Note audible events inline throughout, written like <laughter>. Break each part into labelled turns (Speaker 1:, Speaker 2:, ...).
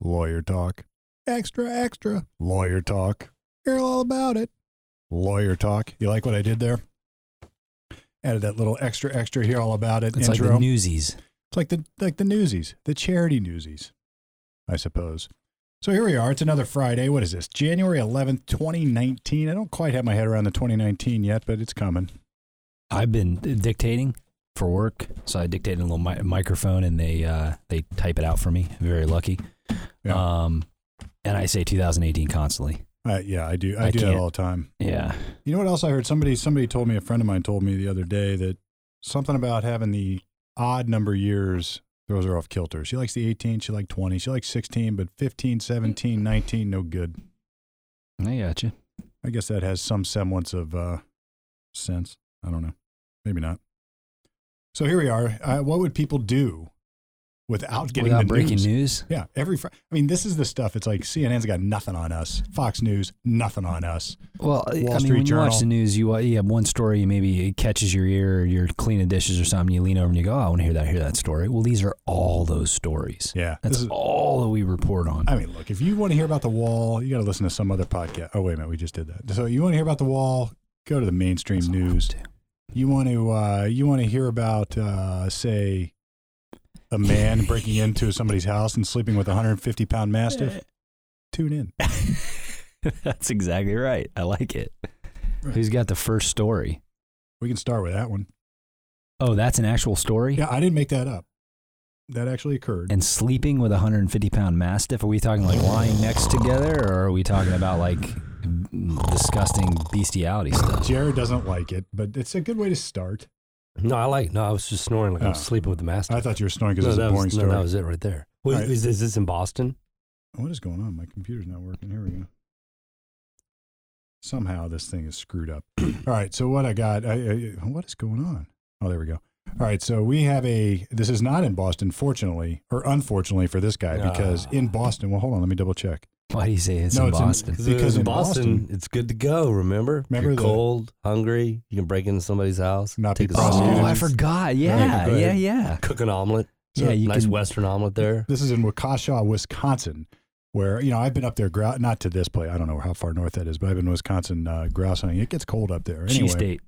Speaker 1: Lawyer talk. Extra, extra. Lawyer talk. Hear all about it. Lawyer talk. You like what I did there? Added that little extra, extra. Hear all about it.
Speaker 2: It's like
Speaker 1: intro.
Speaker 2: the newsies.
Speaker 1: It's like the like the newsies, the charity newsies, I suppose. So here we are. It's another Friday. What is this? January eleventh, twenty nineteen. I don't quite have my head around the twenty nineteen yet, but it's coming.
Speaker 2: I've been dictating for work, so I dictate in a little mi- microphone, and they uh, they type it out for me. Very lucky.
Speaker 1: Yeah.
Speaker 2: Um, and I say 2018 constantly.
Speaker 1: Uh, yeah, I do. I,
Speaker 2: I
Speaker 1: do that
Speaker 2: can't-
Speaker 1: all the time.
Speaker 2: Yeah,
Speaker 1: You know what else I heard? Somebody somebody told me. A friend of mine told me the other day that something about having the odd number years throws her off kilter. She likes the eighteen. She likes twenty. She likes sixteen, but 15,
Speaker 2: Mm-hmm.
Speaker 1: 17, 19, no good.
Speaker 2: I got you.
Speaker 1: I guess that has some semblance of uh, sense. I don't know. Maybe not. So here we are. Uh, what would people do without getting
Speaker 2: Without
Speaker 1: the
Speaker 2: breaking news.
Speaker 1: Yeah, every. Fr- I mean, this is the stuff. It's like CNN's got nothing on us. Fox News, nothing on us.
Speaker 2: Well,
Speaker 1: Wall
Speaker 2: I- I mean,
Speaker 1: Street
Speaker 2: when you
Speaker 1: Journal.
Speaker 2: watch the news, you, uh, you have one story, maybe it catches your ear, or you're cleaning dishes or something. You lean over and you go, oh, "I want to hear that, hear that story." Well, these are all those stories.
Speaker 1: Yeah, this
Speaker 2: That's
Speaker 1: is-
Speaker 2: all that we report on.
Speaker 1: I mean, look, if you want to hear about the wall, you got to listen to some other podcast. Oh wait a minute, we just did that. So you want to hear about the wall? Go to the mainstream news. You want to uh, you want to hear about uh, say a man breaking into somebody's house and sleeping with a 150 pound mastiff? Tune in.
Speaker 2: <laughs> That's exactly right. I like it. Who's got the first story?
Speaker 1: We can start with that one.
Speaker 2: Oh, that's an actual story.
Speaker 1: Yeah, I didn't make that up. That actually occurred.
Speaker 2: And sleeping with a 150 pound mastiff. Are we talking like lying next together, or are we talking about like disgusting bestiality stuff?
Speaker 1: Jared doesn't like it, but it's a good way to start.
Speaker 3: No, I like. No, I was just snoring like I was
Speaker 1: Oh.
Speaker 3: sleeping with the master.
Speaker 1: I thought you were snoring
Speaker 3: no,
Speaker 1: because it was
Speaker 3: that
Speaker 1: a boring
Speaker 3: was, no,
Speaker 1: story.
Speaker 3: that was it right there. Wait,
Speaker 1: All right.
Speaker 3: is, is this in Boston?
Speaker 1: What is going on? My computer's not working. Here we go. Somehow this thing is screwed up. <clears throat> All right. So what I got? I, I, what is going on? Oh, there we go. All right. So we have a. This is not in Boston, fortunately or unfortunately for this guy, because
Speaker 3: Ah.
Speaker 1: in Boston. Well, hold on. Let me double check.
Speaker 2: Why do you say it's
Speaker 1: No,
Speaker 2: in
Speaker 1: it's in-
Speaker 2: Boston?
Speaker 1: Because
Speaker 3: in
Speaker 1: in
Speaker 3: Boston,
Speaker 1: Boston-
Speaker 3: it's good to go. Remember, if
Speaker 1: Remember
Speaker 3: you're
Speaker 1: the-
Speaker 3: cold, hungry, you can break into somebody's house,
Speaker 1: Not be
Speaker 3: take a
Speaker 1: prosecuted.
Speaker 2: Oh,
Speaker 3: sausage,
Speaker 2: I forgot.
Speaker 1: Yeah,
Speaker 2: Yeah,
Speaker 1: go
Speaker 2: yeah,
Speaker 1: ahead.
Speaker 2: yeah.
Speaker 3: cook an omelet.
Speaker 1: So,
Speaker 2: yeah, you
Speaker 3: nice
Speaker 2: can,
Speaker 3: Western omelet there.
Speaker 1: This is in Waukesha, Wisconsin, where you know I've been up there grouse. Not to this place. I don't know how far north that is, but I've been in Wisconsin uh, grouse hunting. It gets cold up there.
Speaker 2: Cheese
Speaker 1: Anyway,
Speaker 2: date.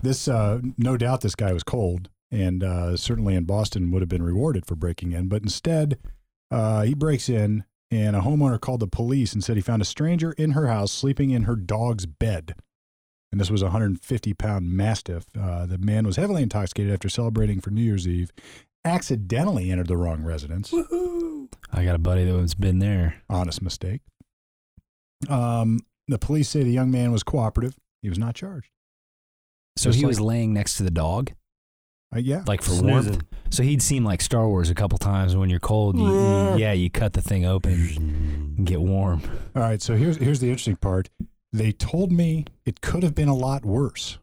Speaker 1: this uh, no doubt this guy was cold and uh, certainly in boston would have been rewarded for breaking in but instead uh, he breaks in and a homeowner called the police and said he found a stranger in her house sleeping in her dog's bed and this was a 150 pound mastiff uh, the man was heavily intoxicated after celebrating for new year's eve accidentally entered the wrong residence
Speaker 2: I got a buddy that has been there.
Speaker 1: honest mistake um, the police say the young man was cooperative he was not charged
Speaker 2: So
Speaker 1: Just
Speaker 2: he was
Speaker 1: like-
Speaker 2: laying next to the dog,
Speaker 1: uh, yeah
Speaker 2: like for
Speaker 3: Snoozing.
Speaker 2: warmth. So he'd seen like Star Wars a couple times. When you're cold, you, you, yeah, you cut the thing open and get warm.
Speaker 1: All right, so here's here's the interesting part. They told me it could have been a lot worse.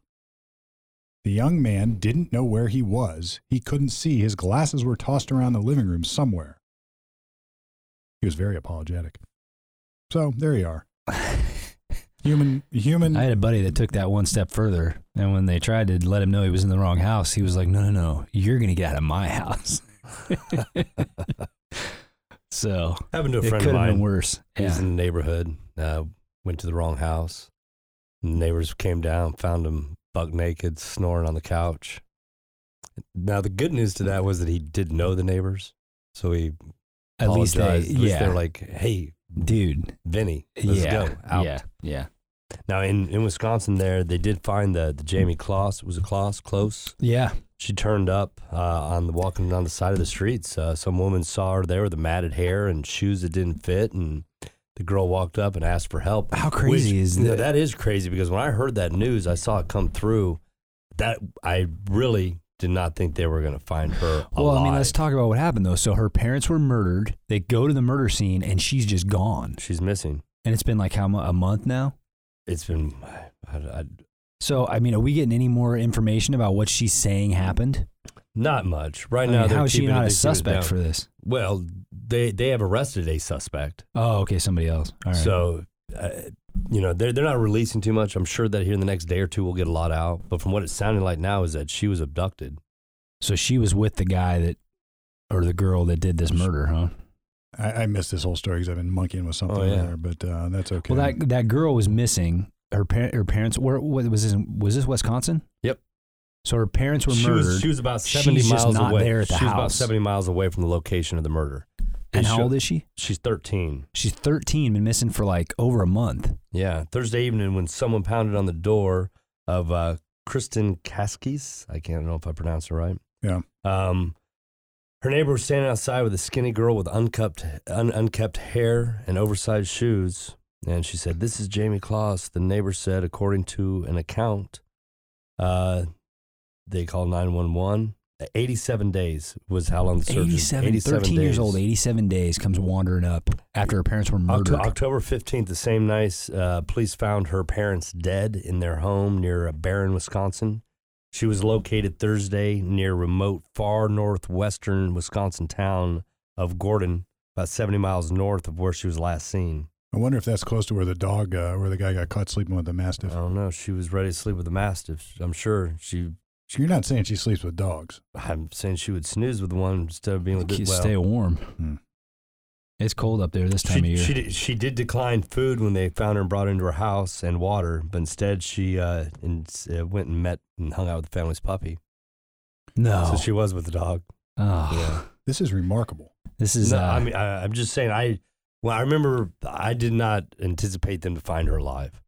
Speaker 1: The young man didn't know where he was. He couldn't see. His glasses were tossed around the living room somewhere. He was very apologetic. So there you
Speaker 2: <laughs>
Speaker 1: are. Human, human.
Speaker 2: I had a buddy that took that one step further, and when they tried to let him know he was in the wrong house, he was like, "No, no, no, you're gonna get out of my house." <laughs> so
Speaker 3: Happened to a
Speaker 2: it could
Speaker 3: friend
Speaker 2: have
Speaker 3: of
Speaker 2: been
Speaker 3: mine.
Speaker 2: worse.
Speaker 3: He was
Speaker 2: Yeah.
Speaker 3: in the neighborhood. Uh, went to the wrong house. Neighbors came down, found him buck naked, snoring on the couch. Now the good news to that was that he did know the neighbors, so he
Speaker 2: At least they,
Speaker 3: apologized. At least
Speaker 2: yeah,
Speaker 3: they're like, "Hey,
Speaker 2: dude,
Speaker 3: Vinny, let's
Speaker 2: yeah,
Speaker 3: go out."
Speaker 2: yeah, yeah,
Speaker 3: Now in, in Wisconsin, there they did find the the Jamie Kloss was a Kloss close.
Speaker 2: yeah.
Speaker 3: She turned up uh, on the walking down the side of the streets. Uh, some woman saw her there with the matted hair and shoes that didn't fit, and the girl walked up and asked for help.
Speaker 2: How crazy
Speaker 3: Which,
Speaker 2: is
Speaker 3: you know,
Speaker 2: that?
Speaker 3: that is crazy because when I heard that news, I saw it come through. That I really did not think they were going to find her.
Speaker 2: <sighs> Well, I mean,
Speaker 3: alive.
Speaker 2: let's talk about what happened though. So her parents were murdered. They go to the murder scene, and she's just gone.
Speaker 3: She's missing.
Speaker 2: And it's been like how mu- a month now.
Speaker 3: It's been. I, I,
Speaker 2: So I mean, are we getting any more information about what she's saying happened?
Speaker 3: Not much. Right
Speaker 2: I
Speaker 3: now,
Speaker 2: mean,
Speaker 3: they're
Speaker 2: how is she
Speaker 3: keeping it-
Speaker 2: not
Speaker 3: they
Speaker 2: a
Speaker 3: keep it
Speaker 2: suspect
Speaker 3: down.
Speaker 2: for this?
Speaker 3: Well, they they have arrested a suspect.
Speaker 2: Oh, okay, somebody else. All right.
Speaker 3: So, uh, you know, they're they're not releasing too much. I'm sure that here in the next day or two, we'll get a lot out. But from what it sounded like now, is that she was abducted.
Speaker 2: So she was with the guy that, or the girl that did this murder, huh?
Speaker 1: I, I missed this whole story because I've been monkeying with something
Speaker 3: Oh,
Speaker 1: over
Speaker 3: yeah.
Speaker 1: there, but uh, that's okay.
Speaker 2: Well, that that girl was missing. Her par- her parents were what was this? Was this Wisconsin?
Speaker 3: Yep.
Speaker 2: So her parents were
Speaker 3: she
Speaker 2: murdered.
Speaker 3: was she was about
Speaker 2: She's
Speaker 3: seventy
Speaker 2: just
Speaker 3: miles
Speaker 2: not
Speaker 3: away.
Speaker 2: there at the
Speaker 3: she was about
Speaker 2: house.
Speaker 3: seventy miles away from the location of the murder.
Speaker 2: and
Speaker 3: They
Speaker 2: how
Speaker 3: show-
Speaker 2: old is she?
Speaker 3: She's thirteen.
Speaker 2: She's 13, been missing for like over a month.
Speaker 3: Yeah, Thursday evening when someone pounded on the door of uh, Kristen Kaskis. I can't know if I pronounced it right.
Speaker 1: Yeah.
Speaker 3: Um, her neighbor was standing outside with a skinny girl with unkept, un- unkept hair and oversized shoes. And she said, This is Jamie Claus. The neighbor said, according to an account, uh, they called 911. 87 days was how long the search was.
Speaker 2: 87, 13 years old, 87 days, comes wandering up after her parents were murdered.
Speaker 3: Octo- October 15th, the same night, uh, police found her parents dead in their home near uh, Barron, Wisconsin. She was located Thursday near remote, far northwestern Wisconsin town of Gordon, about 70 miles north of where she was last seen.
Speaker 1: I wonder if that's close to where the dog, uh, where the guy got caught sleeping with the
Speaker 3: I
Speaker 1: mastiff.
Speaker 2: Uh.
Speaker 3: don't know. She was ready to sleep with the mastiff. I'm sure she.
Speaker 1: You're not saying she sleeps with dogs.
Speaker 3: I'm saying she would snooze with one instead of being with
Speaker 2: Keep-
Speaker 3: well,
Speaker 2: Stay warm.
Speaker 1: Hmm.
Speaker 2: It's cold up there this time
Speaker 3: she,
Speaker 2: of year.
Speaker 3: She did, she did decline food when they found her and brought her into her house and water, but instead she uh, and, uh, went and met and hung out with the family's puppy.
Speaker 2: no.
Speaker 3: So she was with the dog.
Speaker 2: Oh,
Speaker 1: This is remarkable.
Speaker 2: This is.
Speaker 3: No,
Speaker 2: uh,
Speaker 3: I mean, I, I'm just saying. I well, I remember I did not anticipate them to find her alive.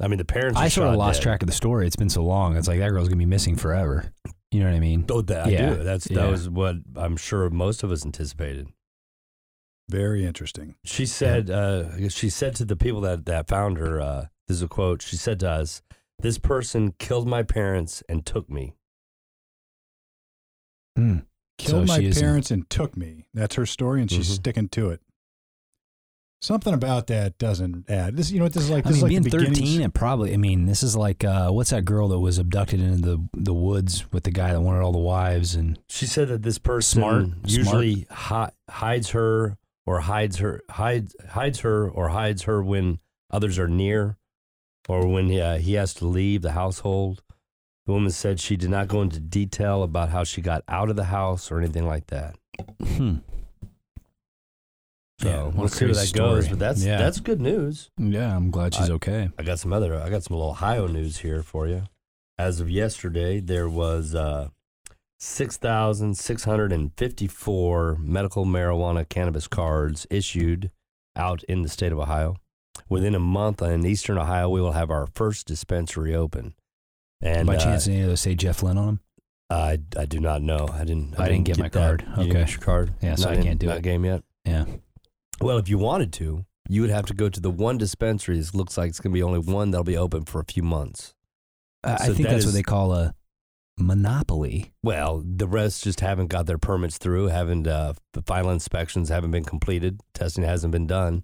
Speaker 3: I mean, the parents.
Speaker 2: I
Speaker 3: were
Speaker 2: sort of
Speaker 3: shot
Speaker 2: lost
Speaker 3: dead.
Speaker 2: track of the story. It's been so long. It's like that girl's gonna be missing forever. You know what I mean?
Speaker 3: Oh, that,
Speaker 2: Yeah,
Speaker 3: I do. That's
Speaker 2: yeah.
Speaker 3: that was what I'm sure most of us anticipated.
Speaker 1: Very interesting.
Speaker 3: She said, uh, she said to the people that, that found her, uh, this is a quote, she said to us, this person killed my parents and took me.
Speaker 2: Hmm.
Speaker 1: Killed
Speaker 2: So she
Speaker 1: my
Speaker 2: is Mm-hmm. in-
Speaker 1: parents and took me. That's her story, and she's
Speaker 3: Mhm.
Speaker 1: sticking to it. Something about that doesn't add. This, you know what? This is like
Speaker 2: I
Speaker 1: this
Speaker 2: mean,
Speaker 1: is like
Speaker 2: being
Speaker 1: the beginnings-
Speaker 2: 13 and probably. I mean, this is like uh, what's that girl that was abducted into the the woods with the guy that wanted all the wives and
Speaker 3: She said that this person
Speaker 2: Smart,
Speaker 3: usually hi- hides her or hides her hides hides her or hides her when others are near, or when he, uh, he has to leave the household. The woman said she did not go into detail about how she got out of the house or anything like that.
Speaker 2: Hmm.
Speaker 3: So
Speaker 2: Yeah, what
Speaker 3: we'll
Speaker 2: a
Speaker 3: see where that
Speaker 2: crazy
Speaker 3: goes.
Speaker 2: story.
Speaker 3: But that's
Speaker 2: Yeah.
Speaker 3: that's good news.
Speaker 2: Yeah, I'm glad she's okay.
Speaker 3: I got some other. I got some little Ohio news here for you. As of yesterday, there was uh, six thousand six hundred and fifty-four medical marijuana cannabis cards issued out in the state of Ohio. Within a month in Eastern Ohio, we will have our first dispensary open. And
Speaker 2: By
Speaker 3: uh,
Speaker 2: chance, any of those say Jeff Lynn on them?
Speaker 3: I, I do not know. I didn't. I,
Speaker 2: I didn't get my card.
Speaker 3: that. You didn't
Speaker 2: Okay.
Speaker 3: get your card.
Speaker 2: Yeah, so
Speaker 3: Not
Speaker 2: I
Speaker 3: in-
Speaker 2: can't do
Speaker 3: not
Speaker 2: it.
Speaker 3: Game yet.
Speaker 2: Yeah.
Speaker 3: Well, if you wanted to, you would have to go to the one dispensary. It looks like it's going to be only one that'll be open for a few months.
Speaker 2: I, I
Speaker 3: So
Speaker 2: think
Speaker 3: that
Speaker 2: that's
Speaker 3: is-
Speaker 2: what they call a monopoly.
Speaker 3: Well, the rest just haven't got their permits through, haven't uh, the final inspections haven't been completed, testing hasn't been done.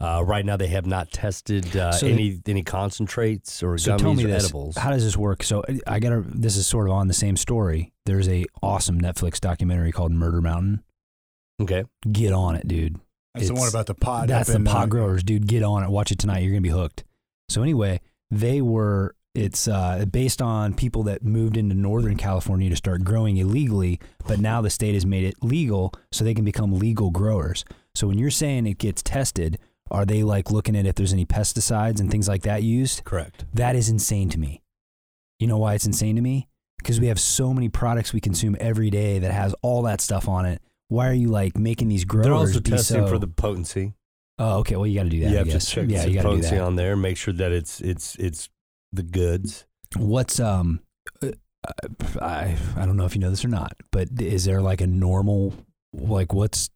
Speaker 3: Uh, right now, they have not tested uh,
Speaker 2: So-
Speaker 3: any any concentrates or
Speaker 2: So
Speaker 3: gummies
Speaker 2: tell me
Speaker 3: or
Speaker 2: this:
Speaker 3: edibles.
Speaker 2: How does this work? So uh, I gotta. This is sort of on the same story. There's a awesome Netflix documentary called Murder Mountain.
Speaker 3: okay,
Speaker 2: Get on it, dude.
Speaker 1: That's the one
Speaker 2: It's-
Speaker 1: about the pod.
Speaker 2: That's
Speaker 1: up
Speaker 2: the
Speaker 1: in, uh,
Speaker 2: pot growers, dude. Get on it. Watch it tonight. You're gonna be hooked. So anyway, they were. It's uh, based on people that moved into Northern California to start growing illegally, but now the state has made it legal, so they can become legal growers. So when you're saying it gets tested, are they like looking at if there's any pesticides and things like that used?
Speaker 3: correct.
Speaker 2: That is insane to me. You know why it's insane to me? Because we have so many products we consume every day that has all that stuff on it. Why are you like making these growers?
Speaker 3: They're also
Speaker 2: be
Speaker 3: testing
Speaker 2: so-
Speaker 3: for the potency.
Speaker 2: Oh, okay. Well, you got to do that.
Speaker 3: you
Speaker 2: I
Speaker 3: have
Speaker 2: guess.
Speaker 3: to check
Speaker 2: yeah,
Speaker 3: the
Speaker 2: you got to do
Speaker 3: potency
Speaker 2: that.
Speaker 3: on there, make sure that it's it's it's the goods.
Speaker 2: What's um, uh, I I don't know if you know this or not, but is there like a normal like what's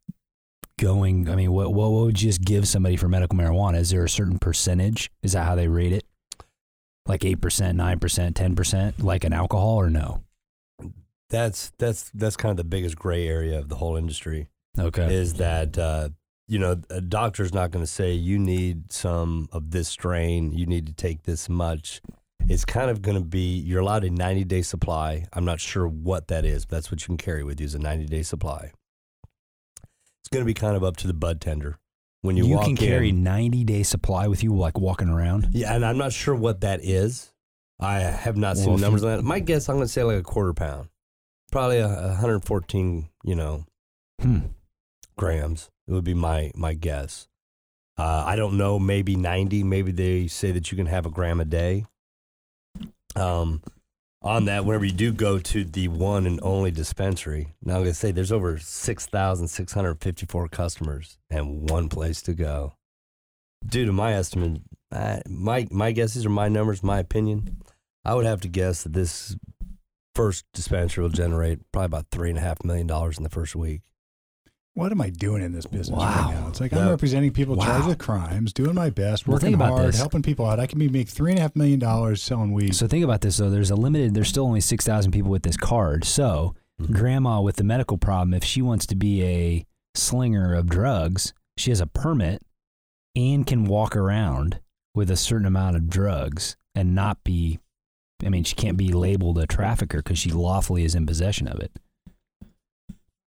Speaker 2: going? I mean, what what would you just give somebody for medical marijuana? Is there a certain percentage? Is that how they rate it? Like eight percent, nine percent, ten percent, like an alcohol or no?
Speaker 3: That's that's that's kind of the biggest gray area of the whole industry.
Speaker 2: Okay.
Speaker 3: is that uh, you know a doctor's not going to say you need some of this strain, you need to take this much. It's kind of going to be you're allowed a 90 day supply. I'm not sure what that is, but that's what you can carry with you is a 90 day supply. It's going to be kind of up to the bud tender when you,
Speaker 2: you
Speaker 3: walk
Speaker 2: can carry
Speaker 3: in.
Speaker 2: 90 day supply with you like walking around
Speaker 3: Yeah, and I'm not sure what that is. I have not
Speaker 2: Well,
Speaker 3: seen
Speaker 2: if
Speaker 3: numbers
Speaker 2: you-
Speaker 3: on that. My guess, I'm going to say like a quarter pound, probably a a 114. You know,
Speaker 2: hmm.
Speaker 3: grams. It would be my my guess. Uh, I don't know. Maybe ninety. Maybe they say that you can have a gram a day. Um, on that, whenever you do go to the one and only dispensary, now I'm gonna say there's over six thousand six hundred fifty-four customers and one place to go. Due to my estimate, I, my my guesses are my numbers, my opinion. I would have to guess that this first dispensary will generate probably about three and a half million dollars in the first week.
Speaker 1: What am I doing in this business
Speaker 2: Wow.
Speaker 1: right now? It's like
Speaker 3: That-
Speaker 1: I'm representing people charged
Speaker 2: Wow.
Speaker 1: with crimes, doing my best,
Speaker 2: Well,
Speaker 1: working
Speaker 2: think about
Speaker 1: hard,
Speaker 2: this.
Speaker 1: helping people out. I can be make three and a half million dollars selling weed.
Speaker 2: So think about this though. There's a limited. There's still only six thousand people with this card. So
Speaker 3: Mhm.
Speaker 2: grandma with the medical problem, if she wants to be a slinger of drugs, she has a permit and can walk around with a certain amount of drugs and not be. I mean, she can't be labeled a trafficker because she lawfully is in possession of it.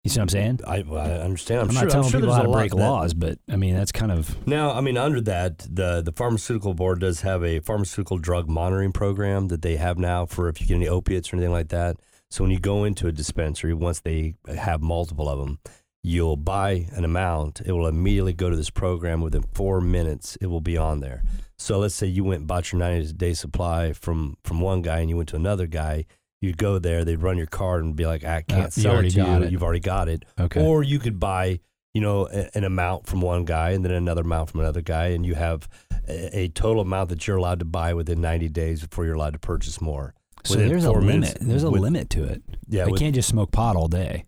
Speaker 2: You see what I'm saying?
Speaker 3: I, well, I understand. I'm,
Speaker 2: I'm
Speaker 3: sure,
Speaker 2: not telling
Speaker 3: I'm sure
Speaker 2: people
Speaker 3: there's
Speaker 2: how
Speaker 3: a
Speaker 2: to
Speaker 3: lot
Speaker 2: break
Speaker 3: that-
Speaker 2: laws, but I mean that's kind of
Speaker 3: Now, I mean, under that, the the pharmaceutical board does have a pharmaceutical drug monitoring program that they have now for if you get any opiates or anything like that. So when you go into a dispensary, once they have multiple of them, you'll buy an amount. It will immediately go to this program within four minutes. It will be on there. So let's say you went and bought your ninety day supply from from one guy, and you went to another guy. You'd go there, they'd run your card and be like, "I can't
Speaker 2: Uh, you
Speaker 3: sell
Speaker 2: already
Speaker 3: it to
Speaker 2: got
Speaker 3: you.
Speaker 2: it.
Speaker 3: You've already got it."
Speaker 2: okay.
Speaker 3: Or you could buy, you know, a- an amount from one guy and then another amount from another guy, and you have a, a total amount that you're allowed to buy within 90 days before you're allowed to purchase more.
Speaker 2: so
Speaker 3: within
Speaker 2: there's a
Speaker 3: four
Speaker 2: limit.
Speaker 3: minutes
Speaker 2: There's a
Speaker 3: with-
Speaker 2: limit to it.
Speaker 3: Yeah.
Speaker 2: they
Speaker 3: with-
Speaker 2: can't just smoke pot all day.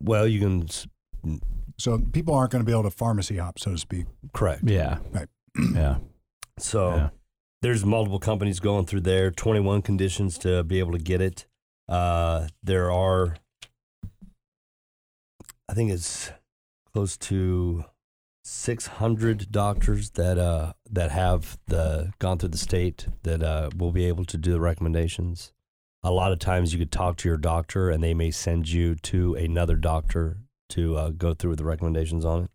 Speaker 3: well, you can. s-
Speaker 1: So people aren't going to be able to pharmacy hop, so to speak.
Speaker 3: Correct.
Speaker 2: Yeah.
Speaker 1: Right.
Speaker 2: <clears throat> Yeah.
Speaker 3: Uh, So
Speaker 2: Yeah.
Speaker 3: there's multiple companies going through there. 21 conditions to be able to get it. Uh, there are, I think it's close to 600 doctors that uh, that have the gone through the state that uh, will be able to do the recommendations. A lot of times you could talk to your doctor and they may send you to another doctor to uh, go through the recommendations on it.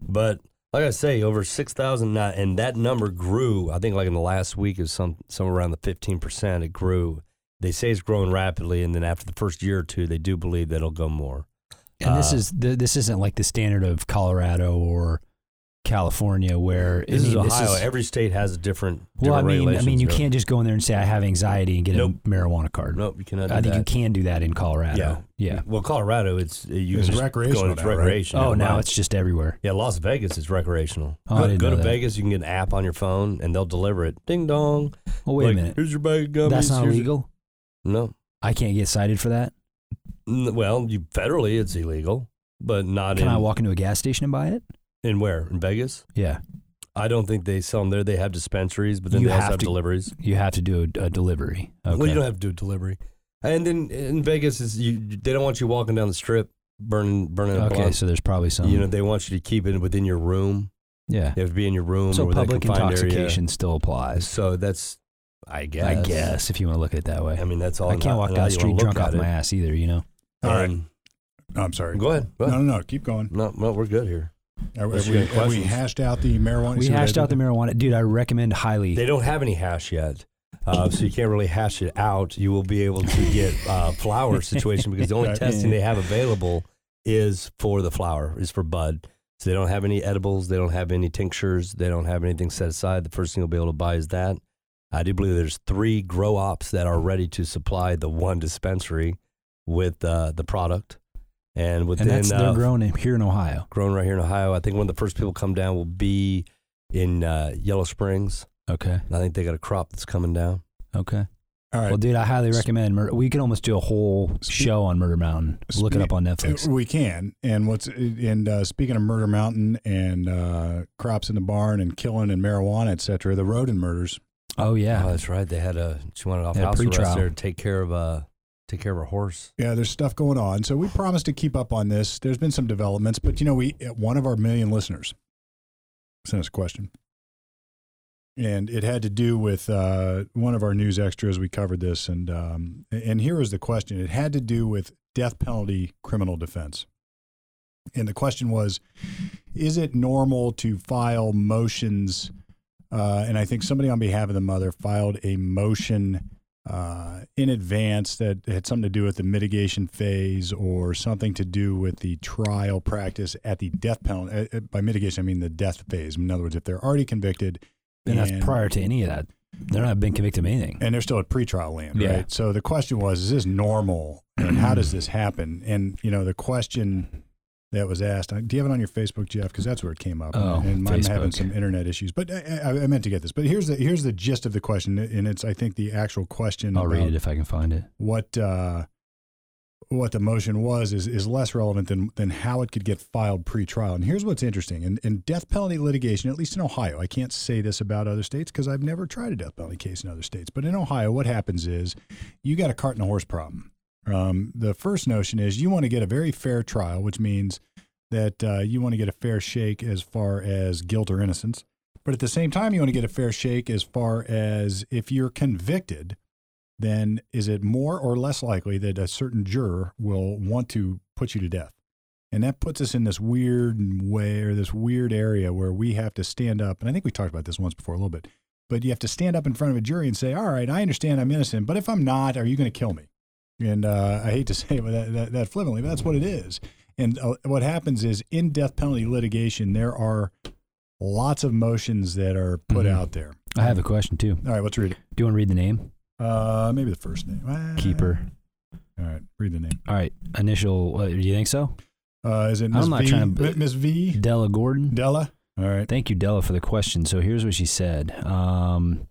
Speaker 3: But like I say, over six thousand, and that number grew. I think like in the last week is some somewhere around the fifteen percent. It grew. They say it's growing rapidly, and then after the first year or two, they do believe that it'll go more.
Speaker 2: And this
Speaker 3: Uh,
Speaker 2: is th- this isn't like the standard of Colorado or California where I
Speaker 3: This is
Speaker 2: mean,
Speaker 3: Ohio. Every state has a different.
Speaker 2: well, I
Speaker 3: different
Speaker 2: mean, I mean,
Speaker 3: regulations,
Speaker 2: you
Speaker 3: really.
Speaker 2: can't just go in there and say I have anxiety and get
Speaker 3: Nope.
Speaker 2: a marijuana card.
Speaker 3: Nope, you cannot. Do
Speaker 2: I think
Speaker 3: that.
Speaker 2: you can do that in Colorado. Yeah.
Speaker 3: Well, Colorado, it's you
Speaker 1: It's
Speaker 3: can just
Speaker 1: recreational
Speaker 3: Go, it's
Speaker 1: now, right?
Speaker 3: recreation.
Speaker 2: Oh,
Speaker 3: Never
Speaker 2: now
Speaker 3: mind.
Speaker 2: it's just everywhere.
Speaker 3: yeah. Las Vegas is recreational.
Speaker 2: Oh, I
Speaker 3: go
Speaker 2: didn't
Speaker 3: go
Speaker 2: know that.
Speaker 3: to Vegas, you can get an app on your phone, and they'll deliver it. Ding dong.
Speaker 2: Well, wait
Speaker 3: Like,
Speaker 2: a minute.
Speaker 3: Here's your bag of gummies.
Speaker 2: That's not
Speaker 3: here's your-"
Speaker 2: illegal.
Speaker 3: No.
Speaker 2: I can't get cited for that.
Speaker 3: N- Well, you federally it's illegal, but not
Speaker 2: Can
Speaker 3: in
Speaker 2: I walk into a gas station and buy it?
Speaker 3: in where in Vegas.
Speaker 2: Yeah.
Speaker 3: I don't think they sell them there. They have dispensaries, but then
Speaker 2: You
Speaker 3: they also
Speaker 2: have
Speaker 3: have
Speaker 2: to-
Speaker 3: deliveries.
Speaker 2: You have to do a, a delivery. Okay.
Speaker 3: Well, you don't have to do a delivery. And then in Vegas is you they don't want you walking down the strip burning burning a
Speaker 2: okay.
Speaker 3: blunt.
Speaker 2: So there's probably some.
Speaker 3: you know they want you to keep it within your room.
Speaker 2: yeah.
Speaker 3: You have to be in your room
Speaker 2: So
Speaker 3: or within a
Speaker 2: public
Speaker 3: confined
Speaker 2: intoxication still
Speaker 3: area.
Speaker 2: applies.
Speaker 3: So that's I guess
Speaker 2: I guess if you want to look at it that way.
Speaker 3: I mean that's all.
Speaker 2: I can't walk down the street drunk off my ass either, you know.
Speaker 1: All right.
Speaker 3: Um,
Speaker 1: No, I'm sorry.
Speaker 3: Go ahead. Go
Speaker 1: No,
Speaker 3: ahead.
Speaker 1: no, no. Keep going.
Speaker 3: No, no, we're good here.
Speaker 1: Have,
Speaker 3: Unless
Speaker 1: have
Speaker 3: you
Speaker 1: we,
Speaker 3: got
Speaker 1: have we
Speaker 3: questions.
Speaker 1: hashed out the marijuana?
Speaker 2: We
Speaker 1: see what I
Speaker 2: hashed
Speaker 1: did
Speaker 2: out the
Speaker 1: there?
Speaker 2: marijuana, dude. I recommend highly.
Speaker 3: They don't have any hash yet, uh, so you can't really hash it out. You will be able to get uh, flower situation because the only
Speaker 1: Right.
Speaker 3: testing they have available is for the flower, is for bud. So they don't have any edibles, they don't have any tinctures, they don't have anything set aside. The first thing you'll be able to buy is that. I do believe there's three grow ops that are ready to supply the one dispensary with uh, the product, and within
Speaker 2: and that's
Speaker 3: uh,
Speaker 2: they're grown in, here in Ohio.
Speaker 3: grown right here in Ohio. I think one of the first people come down will be in uh, Yellow Springs.
Speaker 2: Okay.
Speaker 3: I think they got a crop that's coming down.
Speaker 2: Okay.
Speaker 1: All right.
Speaker 2: Well, dude, I highly recommend. Murder. We could almost do a whole
Speaker 1: Speak-
Speaker 2: show on Murder Mountain. Look it
Speaker 1: Speak-
Speaker 2: up on Netflix.
Speaker 1: Uh, We can. And what's and uh, speaking of Murder Mountain and uh, crops in the barn and killing and marijuana, et cetera, the Roden murders.
Speaker 2: Oh
Speaker 3: Oh,
Speaker 2: yeah.
Speaker 3: that's right. They had a she wanted off
Speaker 2: Had a
Speaker 3: house arrest
Speaker 2: pretrial.
Speaker 3: there to take care of a take care of her horse.
Speaker 1: Yeah, there's stuff going on. So we promised to keep up on this. There's been some developments, but you know, we uh, one of our million listeners sent us a question, and it had to do with uh, one of our news extras. We covered this, and um, and here was the question. It had to do with death penalty criminal defense, and the question was, is it normal to file motions? Uh, and I think somebody on behalf of the mother filed a motion uh, in advance that had something to do with the mitigation phase or something to do with the trial practice at the death penalty. uh, uh, By mitigation, I mean the death phase. In other words, if they're already convicted,
Speaker 2: And that's prior to any of that. They're not been convicted of anything.
Speaker 1: and they're still at pretrial land,
Speaker 2: Yeah.
Speaker 1: right? So the question was, is this normal, and how does this happen? And you know, the question that was asked. uh, Do you have it on your Facebook, Jeff? Because that's where it came up.
Speaker 2: Oh,
Speaker 1: and I'm having
Speaker 2: Facebook.
Speaker 1: some internet issues, but I, I, I meant to get this. But here's the here's the gist of the question, and it's I think the actual question.
Speaker 2: I'll
Speaker 1: about-
Speaker 2: read it if I can find it.
Speaker 1: what uh, what the motion was is is less relevant than than how it could get filed pre-trial. And here's what's interesting: in, in death penalty litigation, at least in Ohio, I can't say this about other states because I've never tried a death penalty case in other states. But in Ohio, what happens is you got a cart and a horse problem. Um, the first notion is you want to get a very fair trial, which means that uh, you want to get a fair shake as far as guilt or innocence. But at the same time, you want to get a fair shake as far as if you're convicted, then is it more or less likely that a certain juror will want to put you to death? And that puts us in this weird way or this weird area where we have to stand up. And I think we talked about this once before a little bit, but you have to stand up in front of a jury and say, All right, I understand I'm innocent, but if I'm not, are you going to kill me? And uh, I hate to <laughs> say it with that, that, that flippantly, but that's what it is. And uh, what happens is in death penalty litigation, there are lots of motions that are put
Speaker 2: Mhm.
Speaker 1: out there.
Speaker 2: I have a question too.
Speaker 1: All right, let's read it.
Speaker 2: Do you want to read the name?
Speaker 1: Uh, maybe the first name. Ah.
Speaker 2: Keeper.
Speaker 1: All right, read the name.
Speaker 2: All right. Initial. Uh, do you think so?
Speaker 1: Uh, is it
Speaker 2: I'm
Speaker 1: Miss
Speaker 2: not
Speaker 1: V?
Speaker 2: trying to-
Speaker 1: Mi- Miss V?
Speaker 2: Della Gordon.
Speaker 1: Della. All right.
Speaker 2: Thank you, Della, for the question. So here's what she said. Um,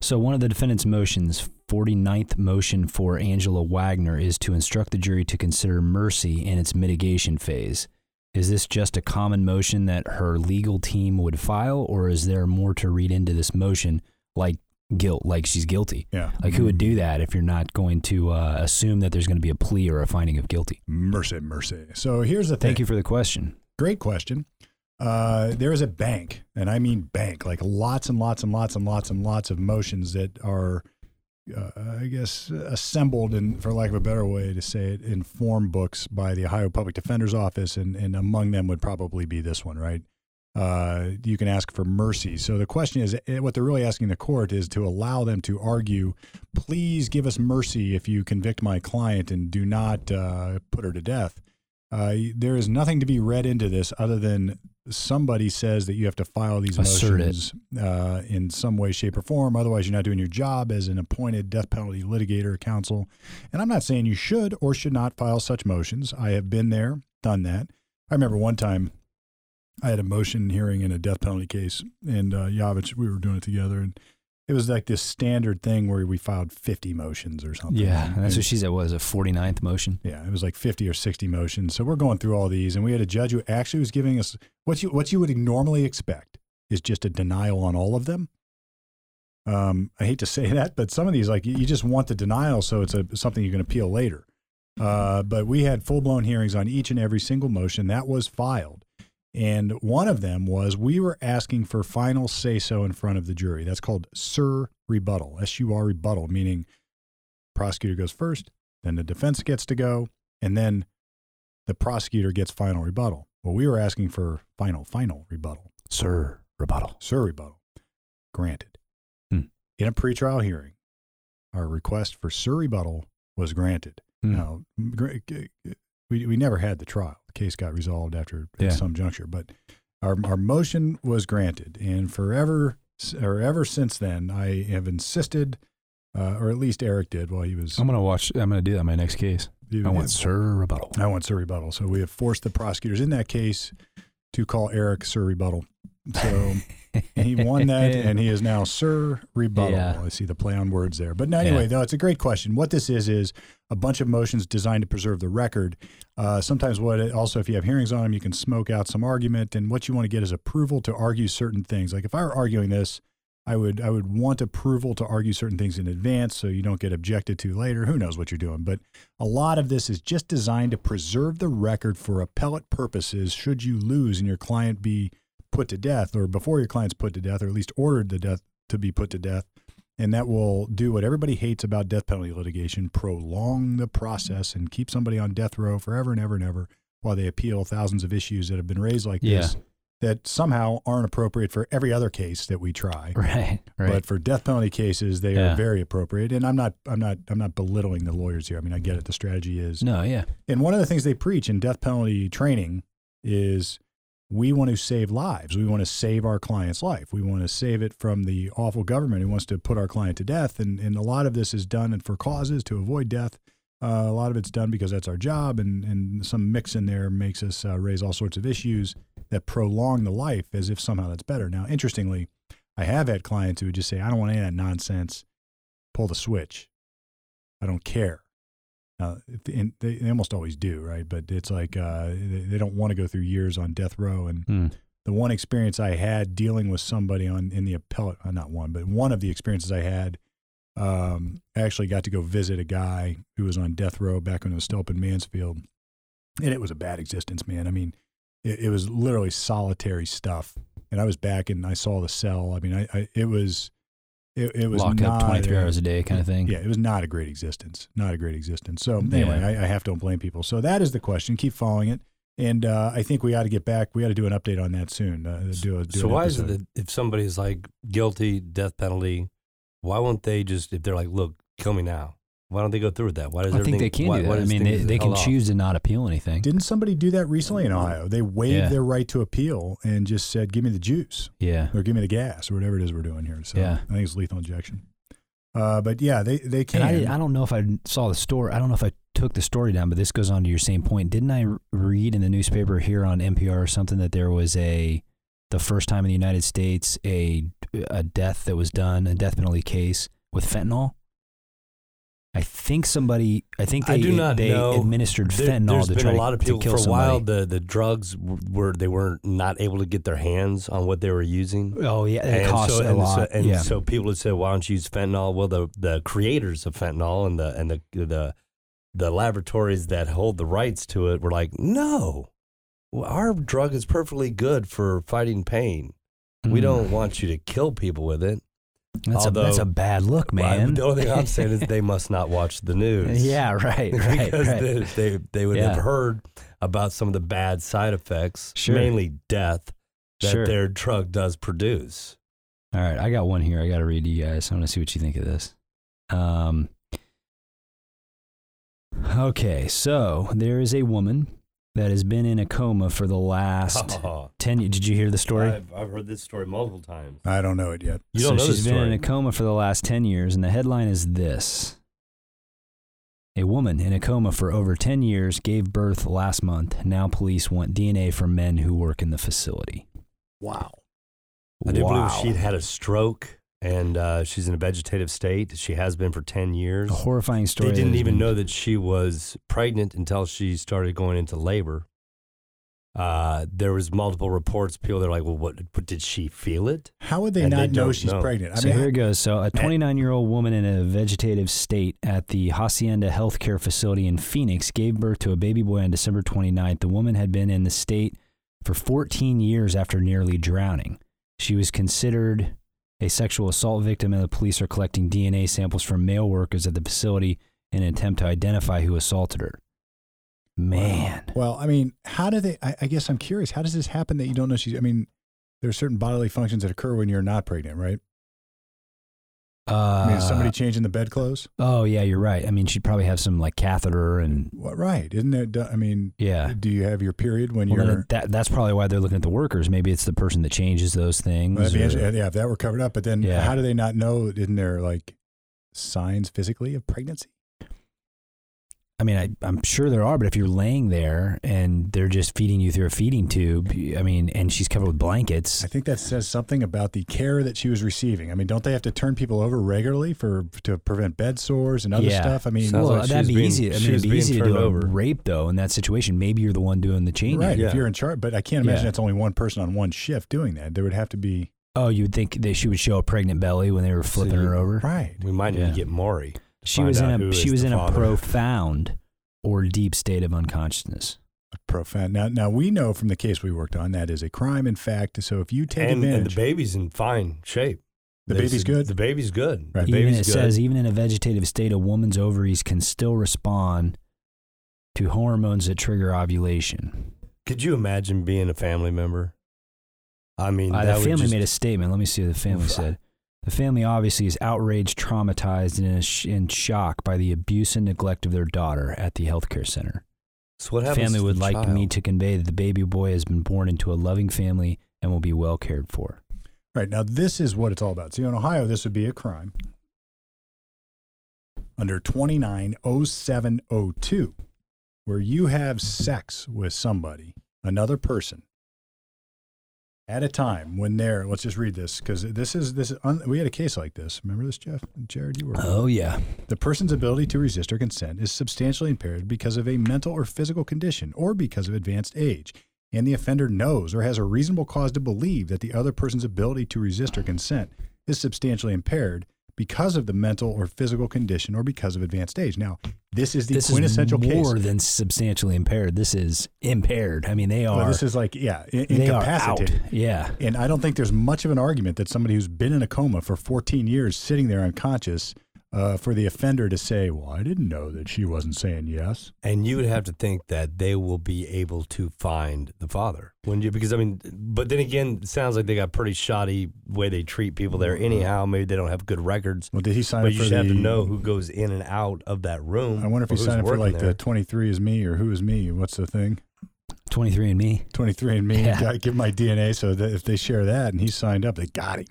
Speaker 2: so one of the defendant's motions, 49th motion for Angela Wagner, is to instruct the jury to consider mercy in its mitigation phase. Is this just a common motion that her legal team would file, or is there more to read into this motion, like guilt, like she's guilty?
Speaker 1: Yeah.
Speaker 2: Like who would do that if you're not going to uh, assume that there's going to be a plea or a finding of guilty?
Speaker 1: Mm, Mercy, mercy. So here's the thing.
Speaker 2: Thank you for the question.
Speaker 1: Great question. Uh, there is a bank, and I mean bank, like lots and lots and lots and lots and lots of motions that are, uh, I guess, assembled in, for lack of a better way to say it, in form books by the Ohio Public Defender's Office, and, and among them would probably be this one, right? Uh, you can ask for mercy. So the question is, eh, what they're really asking the court is to allow them to argue, please give us mercy if you convict my client and do not uh, put her to death. Uh, there is nothing to be read into this other than somebody says that you have to file these
Speaker 2: Assert it.
Speaker 1: motions uh, in some way, shape, or form. Otherwise, you're not doing your job as an appointed death penalty litigator or counsel. And I'm not saying you should or should not file such motions. I have been there, done that. I remember one time I had a motion hearing in a death penalty case, and uh, Yavich, we were doing it together, and it was like this standard thing where we filed 50 motions or something.
Speaker 2: Yeah,
Speaker 1: And-
Speaker 2: and that's
Speaker 1: and-
Speaker 2: what she said. What is it, 49th motion?
Speaker 1: yeah, it was like 50 or 60 motions. So we're going through all these, and we had a judge who actually was giving us what you, what you would normally expect is just a denial on all of them. Um, I hate to <laughs> say that, but some of these, like, you you just want the denial, so it's a, something you can appeal later. Uh, but we had full blown hearings on each and every single motion that was filed. And one of them was we were asking for final say so in front of the jury. That's called sur rebuttal, S U R rebuttal, meaning prosecutor goes first, then the defense gets to go, and then the prosecutor gets final rebuttal. Well, we were asking for final, final rebuttal,
Speaker 2: Sir, rebuttal.
Speaker 1: sir rebuttal. Granted.
Speaker 2: Hmm.
Speaker 1: In a pretrial hearing, our request for sir rebuttal was granted.
Speaker 2: Hmm.
Speaker 1: Now, gr- g- g- we, we never had the trial. The case got resolved after
Speaker 2: Yeah.
Speaker 1: at some juncture, but our, our motion was granted. And forever, s- or ever since then, I have insisted, uh, or at least Eric did while he was.
Speaker 2: gonna watch. I'm gonna do that in my next case.
Speaker 1: he-
Speaker 2: I want Sir Rebuttal.
Speaker 1: I want Sir Rebuttal. So we have forced the prosecutors in that case to call Eric Sir Rebuttal. So
Speaker 2: <laughs>
Speaker 1: and he won that, and he is now Sir Rebuttal.
Speaker 2: Yeah.
Speaker 1: I see the play on words there. But no, anyway,
Speaker 2: Yeah.
Speaker 1: though, it's a great question. What this is is a bunch of motions designed to preserve the record. Uh, sometimes, what it, also if you have hearings on them, you can smoke out some argument, and what you want to get is approval to argue certain things. Like if I were arguing this. I would I would want approval to argue certain things in advance so you don't get objected to later. Who knows what you're doing, but a lot of this is just designed to preserve the record for appellate purposes should you lose and your client be put to death or before your client's put to death or at least ordered the death to be put to death. And that will do what everybody hates about death penalty litigation prolong the process and keep somebody on death row forever and ever and ever while they appeal thousands of issues that have been raised like
Speaker 2: Yeah.
Speaker 1: this that somehow aren't appropriate for every other case that we try.
Speaker 2: <laughs> Right. Right.
Speaker 1: But for death penalty cases, they
Speaker 2: Yeah.
Speaker 1: are very appropriate. And I'm not, I'm not, I'm not belittling the lawyers here. I mean, I get it. The strategy is,
Speaker 2: no. Yeah.
Speaker 1: and one of the things they preach in death penalty training is we want to save lives. We want to save our client's life. We want to save it from the awful government who wants to put our client to death. And, and a lot of this is done for causes to avoid death. Uh, a lot of it's done because that's our job. And, and some mix in there makes us uh, raise all sorts of issues that prolong the life as if somehow that's better. Now, interestingly, I have had clients who would just say, I don't want any of that nonsense. Pull the switch. I don't care. Uh, if- and they, they almost always do, right? But it's like uh, they they don't want to go through years on death row. And
Speaker 2: Hmm.
Speaker 1: the one experience I had dealing with somebody on in the appellate, uh, not one, but one of the experiences I had, um, I actually got to go visit a guy who was on death row back when it was still up in Mansfield, and it was a bad existence, man. I mean, it, it was literally solitary stuff. And I was back and I saw the cell. I mean, I, I it was it, it was
Speaker 2: Locked up
Speaker 1: not
Speaker 2: twenty three
Speaker 1: a-
Speaker 2: hours a day, kind of thing.
Speaker 1: yeah, it was not a great existence. Not a great existence. So anyway,
Speaker 2: Yeah.
Speaker 1: I, I have to blame people. So that is the question. Keep following it, and uh, I think we ought to get back. We ought to do an update on that soon. Uh, do a, do
Speaker 3: so
Speaker 1: an
Speaker 3: why is it
Speaker 1: episode.
Speaker 3: that if somebody's like guilty, death penalty, why won't they just if they're like, look, kill me now? Why don't they go through with that? Why does
Speaker 2: I think
Speaker 3: everything-
Speaker 2: they can
Speaker 3: why-
Speaker 2: do that.
Speaker 3: why
Speaker 2: I
Speaker 3: does
Speaker 2: mean,
Speaker 3: things
Speaker 2: they,
Speaker 3: get
Speaker 2: they can
Speaker 3: held off?
Speaker 2: choose to not appeal anything.
Speaker 1: Didn't somebody do that recently in Ohio? They waived
Speaker 2: Yeah.
Speaker 1: their right to appeal and just said, "Give me the juice"
Speaker 2: Yeah.
Speaker 1: or "Give me the gas" or whatever it is we're doing here. So
Speaker 2: Yeah.
Speaker 1: I think it's lethal injection. Uh, but yeah, they they can.
Speaker 2: And I, I don't know if I saw the story. I don't know if I took the story down, but this goes on to your same point. Didn't I r- read in the newspaper here on NPR or something that there was a the first time in the United States a a death that was done a death penalty case with fentanyl? I think somebody. I think they,
Speaker 3: I do not
Speaker 2: they
Speaker 3: know.
Speaker 2: administered
Speaker 3: There,
Speaker 2: fentanyl
Speaker 3: has
Speaker 2: to
Speaker 3: been
Speaker 2: try
Speaker 3: a
Speaker 2: to-
Speaker 3: lot of
Speaker 2: to
Speaker 3: people
Speaker 2: kill
Speaker 3: for a while.
Speaker 2: somebody.
Speaker 3: The the drugs w- were they were not able to get their hands on what they were using.
Speaker 2: oh yeah, it costs
Speaker 3: so,
Speaker 2: a
Speaker 3: and
Speaker 2: lot.
Speaker 3: So, and
Speaker 2: yeah.
Speaker 3: so people would say, "Why don't you use fentanyl?" Well, the the creators of fentanyl and the and the the the laboratories that hold the rights to it were like, "No, Well, our drug is perfectly good for fighting pain. We
Speaker 2: Mm.
Speaker 3: don't want you to kill people with it."
Speaker 2: That's a that's
Speaker 3: although-
Speaker 2: a bad look,
Speaker 3: Well, I-
Speaker 2: man.
Speaker 3: <laughs> the only
Speaker 2: <laughs>
Speaker 3: thing I'm saying is they must not watch the news. <laughs>
Speaker 2: yeah, right, right,
Speaker 3: because
Speaker 2: right.
Speaker 3: They, they they would have
Speaker 2: Yeah.
Speaker 3: heard about some of the bad side effects,
Speaker 2: Sure.
Speaker 3: mainly death, that
Speaker 2: Sure.
Speaker 3: their drug does produce.
Speaker 2: All right, I got one here. I got to read to you guys. I want to see what you think of this. Um, okay, so there is a woman that has been in a coma for the
Speaker 3: <laughs>
Speaker 2: last
Speaker 3: Oh,
Speaker 2: ten. ye- Did you hear the story?
Speaker 3: I've, I've heard this story multiple times.
Speaker 1: I don't know it yet.
Speaker 3: You
Speaker 2: so
Speaker 3: don't know
Speaker 2: she's
Speaker 3: this
Speaker 2: been
Speaker 3: story.
Speaker 2: in a coma for the last ten years, and the headline is this: A woman in a coma for over ten years gave birth last month. Now police want DNA from men who work in the facility.
Speaker 1: Wow.
Speaker 3: I do
Speaker 2: wow.
Speaker 3: believe she'd had a stroke and uh, she's in a vegetative state. She has been for 10 years.
Speaker 2: a horrifying story.
Speaker 3: They
Speaker 2: that
Speaker 3: didn't
Speaker 2: has
Speaker 3: even
Speaker 2: been-
Speaker 3: know that she was pregnant until she started going into labor. Uh, there was multiple reports. People they're like, "Well, what, what did she feel it?"
Speaker 1: How would they
Speaker 3: And
Speaker 1: not
Speaker 3: they
Speaker 1: know
Speaker 3: don't
Speaker 1: she's
Speaker 3: know.
Speaker 1: pregnant? I
Speaker 2: so
Speaker 1: mean,
Speaker 2: here it goes. So, a 29 year old woman in a vegetative state at the Hacienda Healthcare Facility in Phoenix gave birth to a baby boy on December 29th. The woman had been in the state for 14 years after nearly drowning. She was considered a sexual assault victim, and the police are collecting DNA samples from male workers at the facility in an attempt to identify who assaulted her. Man.
Speaker 1: Well, I mean, how do they? I, I guess I'm curious. How does this happen that you don't know she's? I mean, there are certain bodily functions that occur when you're not pregnant, right? I mean, is
Speaker 2: Uh,
Speaker 1: somebody changing the bedclothes?
Speaker 2: oh, yeah, you're right. I mean, she'd probably have some like catheter and
Speaker 1: Well, right? Isn't it? I mean,
Speaker 2: yeah.
Speaker 1: do you have your period when
Speaker 2: Well, then
Speaker 1: you're?
Speaker 2: that, that's probably why they're looking at the workers. Maybe it's the person that changes those things.
Speaker 1: That'd be
Speaker 2: or-
Speaker 1: interesting. yeah, if that were covered up, but then
Speaker 2: Yeah.
Speaker 1: how do they not know? Isn't there like signs physically of pregnancy?
Speaker 2: I mean, I, I'm sure there are, but if you're laying there and they're just feeding you through a feeding tube, I mean, and she's covered with blankets.
Speaker 1: I think that says something about the care that she was receiving. I mean, don't they have to turn people over regularly for to prevent bed sores and other
Speaker 2: Yeah.
Speaker 1: stuff? I mean,
Speaker 3: Sounds
Speaker 2: well,
Speaker 3: like she
Speaker 2: that'd
Speaker 3: was
Speaker 2: be
Speaker 3: being-
Speaker 2: easy. I
Speaker 3: she
Speaker 2: mean, it'd
Speaker 3: was
Speaker 2: be
Speaker 3: being
Speaker 2: easy to
Speaker 3: turned
Speaker 2: do
Speaker 3: over.
Speaker 2: a rape though in that situation. Maybe you're the one doing the changing.
Speaker 1: right? If
Speaker 3: Yeah.
Speaker 1: you're in charge, but I can't imagine
Speaker 2: Yeah.
Speaker 1: that's only one person on one shift doing that. There would have to be
Speaker 2: Oh, you would think that she would show a pregnant belly when they were flipping
Speaker 3: you-
Speaker 2: her over.
Speaker 1: right.
Speaker 3: We might need
Speaker 2: Yeah.
Speaker 3: to get Maury. to
Speaker 2: She
Speaker 3: find
Speaker 2: was
Speaker 3: out
Speaker 2: in
Speaker 3: who
Speaker 2: a
Speaker 3: is
Speaker 2: she was
Speaker 3: the
Speaker 2: in a
Speaker 3: father.
Speaker 2: profound or deep state of unconsciousness.
Speaker 1: profound. Now, now we know from the case we worked on that is a crime in fact. So if you take
Speaker 3: and, and
Speaker 1: advantage,
Speaker 3: the baby's in fine shape.
Speaker 1: The
Speaker 3: They
Speaker 1: baby's
Speaker 3: said
Speaker 1: good?
Speaker 3: The baby's good.
Speaker 1: Right.
Speaker 3: The
Speaker 2: even
Speaker 3: baby's
Speaker 2: it
Speaker 3: good.
Speaker 2: says even in a vegetative state a woman's ovaries can still respond to hormones that trigger ovulation
Speaker 3: Could you imagine being a family member I mean,
Speaker 2: Uh,
Speaker 3: that
Speaker 2: the
Speaker 3: would
Speaker 2: family
Speaker 3: just-
Speaker 2: made a statement. Let me see what the family
Speaker 3: Oof.
Speaker 2: said. The family obviously is outraged, traumatized, and in, sh- in shock by the abuse and neglect of their daughter at the healthcare center.
Speaker 3: So what
Speaker 2: The
Speaker 3: happens
Speaker 2: family
Speaker 3: to the
Speaker 2: would like me
Speaker 3: child?
Speaker 2: to convey that the baby boy has been born into a loving family and will be well cared for.
Speaker 1: Right. Now, this is what it's all about. So, in Ohio, this would be a crime under 290702, where you have sex with somebody, another person, at a time when they're, let's just read this because this is, this is un, we had a case like this. Remember this, Jeff? Jared, you were.
Speaker 2: Oh yeah,
Speaker 1: The person's ability to resist or consent is substantially impaired because of a mental or physical condition or because of advanced age, and the offender knows or has a reasonable cause to believe that the other person's ability to resist or consent is substantially impaired because of the mental or physical condition or because of advanced age. Now, this is the
Speaker 2: this
Speaker 1: quintessential
Speaker 2: is more
Speaker 1: case.
Speaker 2: than substantially impaired. This is impaired. I mean, they
Speaker 1: Well,
Speaker 2: are
Speaker 1: this is like, yeah, i-
Speaker 2: they are out.
Speaker 1: incapacitated.
Speaker 2: Yeah,
Speaker 1: And I don't think there's much of an argument that somebody who's been in a coma for 14 years, sitting there unconscious, uh, for the offender to say, "Well, I didn't know that she wasn't saying yes."
Speaker 3: And you would have to think that they will be able to find the father, wouldn't you? Because I mean, but then again, it sounds like they got pretty shoddy way they treat people there. Anyhow, maybe they don't have good records.
Speaker 1: Well, did he Mm-hmm. sign
Speaker 3: But
Speaker 1: up
Speaker 3: you
Speaker 1: for
Speaker 3: should
Speaker 1: the?
Speaker 3: have to know who goes in and out of that room.
Speaker 1: I wonder if
Speaker 3: or
Speaker 1: he
Speaker 3: who's
Speaker 1: signed up for
Speaker 3: working
Speaker 1: like
Speaker 3: there.
Speaker 1: the 23 is me or who is me? What's the thing? <laughs>
Speaker 2: twenty three and me.
Speaker 1: 23 and me.
Speaker 2: Yeah.
Speaker 1: Gotta give my DNA so that if they share that and he signed up, they got him.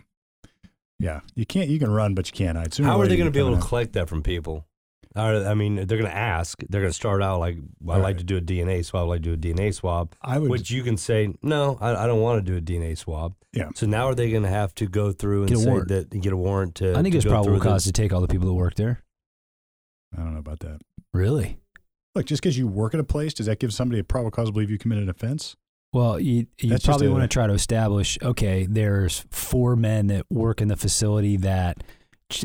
Speaker 1: Yeah, you can't. You can run, but you can't hide. Sooner or
Speaker 3: How are
Speaker 1: later
Speaker 3: they
Speaker 1: you're
Speaker 3: going to be able
Speaker 1: coming
Speaker 3: to
Speaker 1: out.
Speaker 3: collect that from people? Are- I mean, they're going to ask. They're going to start out like, well, "I'd like
Speaker 1: Right.
Speaker 3: to do a DNA swab. I'd like to do a DNA swab."
Speaker 1: I would.
Speaker 3: Which you can say, "No, I, I don't want to do a DNA swab."
Speaker 1: Yeah.
Speaker 3: So now are they going to have to go through and
Speaker 2: Get a
Speaker 3: say
Speaker 2: warrant.
Speaker 3: that get a warrant to?
Speaker 2: I think
Speaker 3: to
Speaker 2: it's
Speaker 3: go
Speaker 2: probable
Speaker 3: through the-
Speaker 2: cause to take all the people that work there.
Speaker 1: I don't know about that.
Speaker 2: Really?
Speaker 1: Look, just because you work at a place, does that give somebody a probable cause to believe you committed an offense?
Speaker 2: Well, you, you
Speaker 1: That's just
Speaker 2: probably
Speaker 1: a-
Speaker 2: want to try to establish okay, there's four men that work in the facility that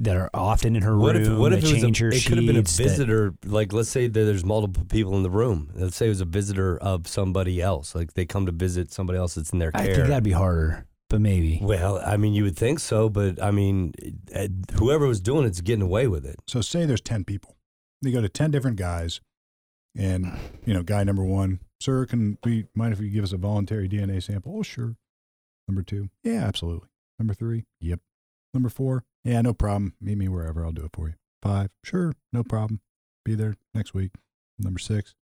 Speaker 2: that are often in her
Speaker 3: What
Speaker 2: room.
Speaker 3: if what
Speaker 2: that
Speaker 3: if it was
Speaker 2: change
Speaker 3: a,
Speaker 2: her
Speaker 3: it could have been a
Speaker 2: sheets, that-
Speaker 3: visitor? Like, let's say that there's multiple people in the room. Let's say it was a visitor of somebody else. Like they come to visit somebody else that's in their care.
Speaker 2: I think that'd be harder, but
Speaker 3: <laughs>
Speaker 2: maybe.
Speaker 3: well, I mean, you would think so, but I mean, eh, whoever was doing it's getting away with it.
Speaker 1: So say there's 10 people. They go to 10 different guys
Speaker 2: <sighs>
Speaker 1: and, you know, guy number one, sir, can we mind if you give us a voluntary DNA sample? Oh, sure. Number two, yeah, absolutely. Number three, yep. Number four, yeah, no problem. Meet me wherever. I'll do it for you. Five, sure, no problem. Be there next week. Number six,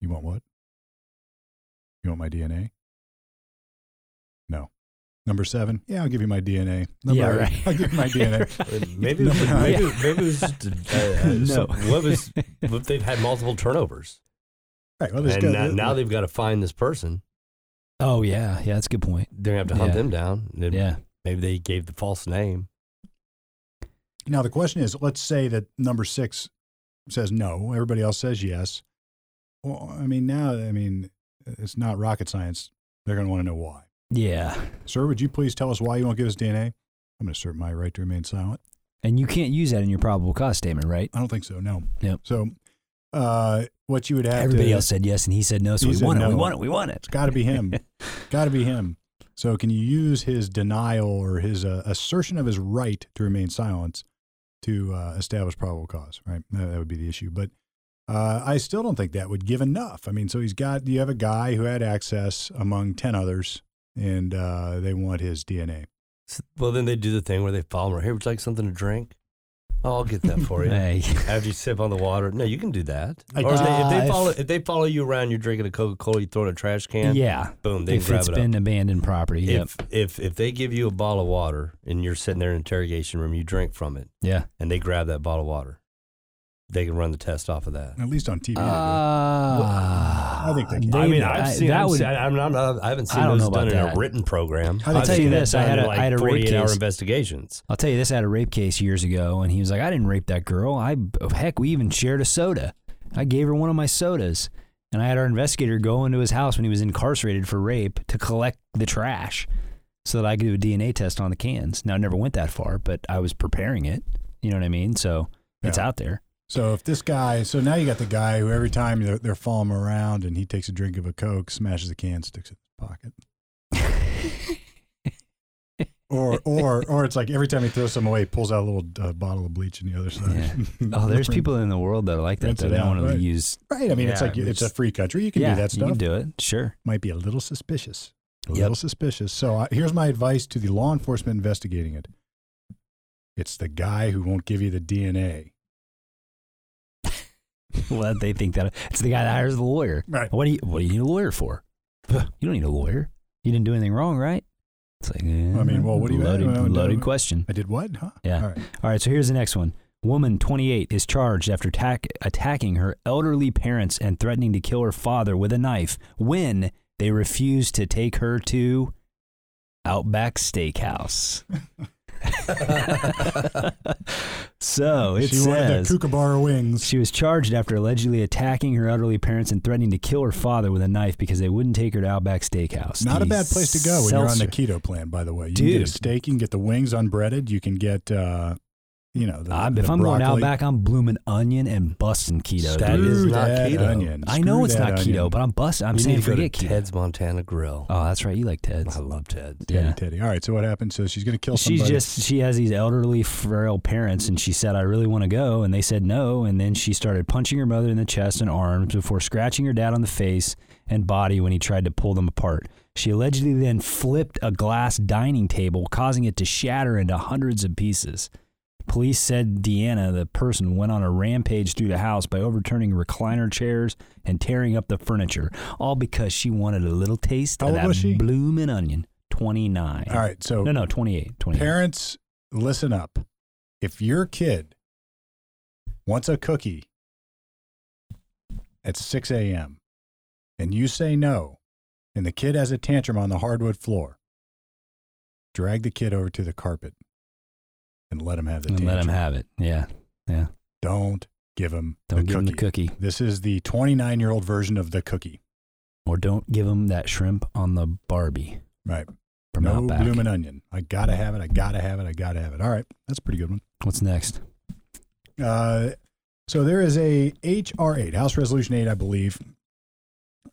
Speaker 1: you want what? You want my DNA? No. Number seven, yeah, I'll give you my DNA. Number
Speaker 2: yeah,
Speaker 1: eight,
Speaker 2: right.
Speaker 1: I'll give you
Speaker 2: <laughs>
Speaker 1: my DNA.
Speaker 3: <laughs> Uh, Maybe,
Speaker 1: No,
Speaker 3: maybe,
Speaker 2: yeah.
Speaker 3: maybe it was just, uh,
Speaker 2: <laughs>
Speaker 3: uh,
Speaker 2: No.
Speaker 3: some- what was what if they've had
Speaker 2: <laughs>
Speaker 3: multiple turnovers,
Speaker 1: Right. Well, there's
Speaker 3: and
Speaker 1: got-
Speaker 3: now,
Speaker 1: there-
Speaker 3: now they've got to find this person.
Speaker 2: Oh yeah, yeah, that's a good point.
Speaker 3: They're gonna have to hunt
Speaker 2: Yeah.
Speaker 3: them down. Then
Speaker 2: Yeah,
Speaker 3: Maybe they gave the false name.
Speaker 1: Now the question is, let's say that number six says no, everybody else says yes. Well, I mean, now, I mean, it's not rocket science. They're going to want to know why.
Speaker 2: yeah.
Speaker 1: Sir, would you please tell us why you won't give us DNA? I'm going to assert my right to remain silent.
Speaker 2: And you can't use that in your probable cause statement, right?
Speaker 1: I don't think so. No.
Speaker 2: Yep.
Speaker 1: So, uh, what you would have
Speaker 2: Everybody
Speaker 1: to,
Speaker 2: else said yes, and he said no, so
Speaker 1: He
Speaker 2: we
Speaker 1: said
Speaker 2: want it. We
Speaker 1: no.
Speaker 2: want it. We want it.
Speaker 1: It's got to be
Speaker 2: <laughs>
Speaker 1: him. got to be him. So, can you use his denial or his uh, assertion of his right to remain silent to uh, establish probable cause? Right, that, that would be the issue. But uh, I still don't think that would give enough. I mean, so he's got you have a guy who had access among ten others, and uh, they want his DNA.
Speaker 3: S- Well, then they do the thing where they follow her. Hey, would you like something to drink? Oh, I'll get that for
Speaker 2: <laughs>
Speaker 3: you.
Speaker 2: Hey,
Speaker 3: After you sip on the water, no, you can do that.
Speaker 1: I-
Speaker 3: or if they, if
Speaker 2: Uh,
Speaker 3: they
Speaker 2: if-
Speaker 3: follow if they follow you around, you're drinking a Coca Cola, you throw it in a trash can.
Speaker 2: yeah.
Speaker 3: boom, they
Speaker 2: If
Speaker 3: grab
Speaker 2: it's
Speaker 3: it
Speaker 2: been
Speaker 3: up.
Speaker 2: abandoned property, yep.
Speaker 3: If if if they give you a bottle of water and you're sitting there in interrogation room, you drink from it,
Speaker 2: yeah.
Speaker 3: and they grab that bottle of water, they can run the test off of that.
Speaker 1: At least on TV. they do.
Speaker 2: Uh, I
Speaker 1: I think they can.
Speaker 3: I mean, I've seen.
Speaker 2: that
Speaker 3: I've
Speaker 2: would.
Speaker 3: seen- I, am not, I haven't seen
Speaker 2: I don't
Speaker 3: those
Speaker 2: know about
Speaker 3: done in
Speaker 2: that.
Speaker 3: a written program.
Speaker 1: I'll
Speaker 3: I've
Speaker 1: tell you
Speaker 3: seen that
Speaker 2: this, I
Speaker 3: done
Speaker 2: had
Speaker 3: in,
Speaker 2: a-
Speaker 3: like
Speaker 2: I had a rape
Speaker 3: 48 hour
Speaker 2: case.
Speaker 3: investigations.
Speaker 2: I'll tell you this. I had a rape case years ago, and he was like, "I didn't rape that girl. I heck, we even shared a soda. I gave her one of my sodas." And I had our investigator go into his house when he was incarcerated for rape to collect the trash, so that I could do a DNA test on the cans. Now, I never went that far, but I was preparing it. You know what I mean? So it's
Speaker 1: Yeah.
Speaker 2: out there.
Speaker 1: So if this guy, so now you got the guy who every time they're, they're following him around and he takes a drink of a Coke, smashes the can, sticks it in his
Speaker 2: <laughs>
Speaker 1: pocket. or, or, or it's like every time he throws some away, he pulls out a little uh, bottle of bleach on the other side. <laughs>
Speaker 2: Oh, there's people in the world that are like that.
Speaker 1: Rinse
Speaker 2: Though.
Speaker 1: it
Speaker 2: They don't
Speaker 1: out,
Speaker 2: want to
Speaker 1: right.
Speaker 2: use.
Speaker 1: right? I mean, it's
Speaker 3: Yeah,
Speaker 1: like it's,
Speaker 3: it's-
Speaker 1: a free country. You can
Speaker 2: yeah,
Speaker 1: do that
Speaker 2: you
Speaker 1: stuff.
Speaker 2: can do it. Sure.
Speaker 1: Might be a little suspicious. a
Speaker 2: Yep.
Speaker 1: little suspicious. So I, here's my advice to the law enforcement investigating it. It's the guy who won't give you the DNA.
Speaker 2: well, they think that it's the guy that hires the lawyer.
Speaker 1: Right.
Speaker 2: What do you What do you need a lawyer for? <sighs> you don't need a lawyer. You didn't do anything wrong, right? It's like, eh,
Speaker 1: I mean, well, what do you-
Speaker 2: loaded,
Speaker 1: well,
Speaker 2: loaded
Speaker 1: no.
Speaker 2: question?
Speaker 1: I did what? Huh?
Speaker 2: Yeah.
Speaker 1: All right.
Speaker 2: All right, so here's the next one. Woman 28 is charged after attack- attacking her elderly parents and threatening to kill her father with a knife when they refused to take her to
Speaker 1: <laughs>
Speaker 2: Outback Steakhouse. <laughs> so it
Speaker 1: she wanted
Speaker 2: says
Speaker 1: the kookaburra wings.
Speaker 2: she was charged after allegedly attacking her elderly parents and threatening to kill her father with a knife because they wouldn't take her to Outback Steakhouse.
Speaker 1: Not a
Speaker 2: The
Speaker 1: bad place to go when you're on
Speaker 2: seltzer-
Speaker 1: the keto plan, by the way. You can get a
Speaker 2: Dude.
Speaker 1: steak, you can get the wings unbreaded, you can get, uh, you know, the,
Speaker 2: I-
Speaker 1: the
Speaker 2: Uh, if I'm going
Speaker 1: broccoli.
Speaker 2: Outback, I'm blooming onion and busting keto.
Speaker 3: That
Speaker 2: dude.
Speaker 1: Screw
Speaker 3: is not
Speaker 1: that
Speaker 3: keto.
Speaker 1: Onion.
Speaker 2: I
Speaker 1: Screw
Speaker 2: know it's
Speaker 1: that
Speaker 2: not
Speaker 1: onion.
Speaker 2: keto, but I'm busting. I'm
Speaker 3: you
Speaker 2: saying
Speaker 3: need to go to
Speaker 2: forget keto.
Speaker 3: Ted's Montana Grill.
Speaker 2: Oh, that's right. You like Ted's.
Speaker 3: I love Ted's.
Speaker 1: Teddy,
Speaker 2: Yeah.
Speaker 1: Teddy. All right, so what happened? So she's going to kill somebody.
Speaker 2: She's just she has these elderly frail parents, and she said, "I really want to go," and they said no, and then she started punching her mother in the chest and arms before scratching her dad on the face and body when he tried to pull them apart. She allegedly then flipped a glass dining table, causing it to shatter into hundreds of pieces. Police said Deanna, the person, went on a rampage through the house by overturning recliner chairs and tearing up the furniture, all because she wanted a little taste
Speaker 1: How
Speaker 2: of
Speaker 1: old was she?
Speaker 2: that bloomin' onion. 29.
Speaker 1: All right, so
Speaker 2: No, no, 28. 28.
Speaker 1: parents, listen up. If your kid wants a cookie at 6 a.m. and you say no, and the kid has a tantrum on the hardwood floor, drag the kid over to the carpet and let him have the
Speaker 2: and
Speaker 1: tantrum.
Speaker 2: let him have it. Yeah.
Speaker 1: Don't give him
Speaker 2: Don't
Speaker 1: the
Speaker 2: give
Speaker 1: cookie.
Speaker 2: him the cookie
Speaker 1: This is the 29 year old version of the cookie.
Speaker 2: or don't give him that shrimp on the Barbie
Speaker 1: Right.
Speaker 2: from
Speaker 1: no
Speaker 2: Outback.
Speaker 1: bloomin' onion. I gotta have it. I gotta have it. I gotta have it. All right, that's a pretty good one.
Speaker 2: What's next?
Speaker 1: Uh, so there is a HR eight, House Resolution eight, I believe.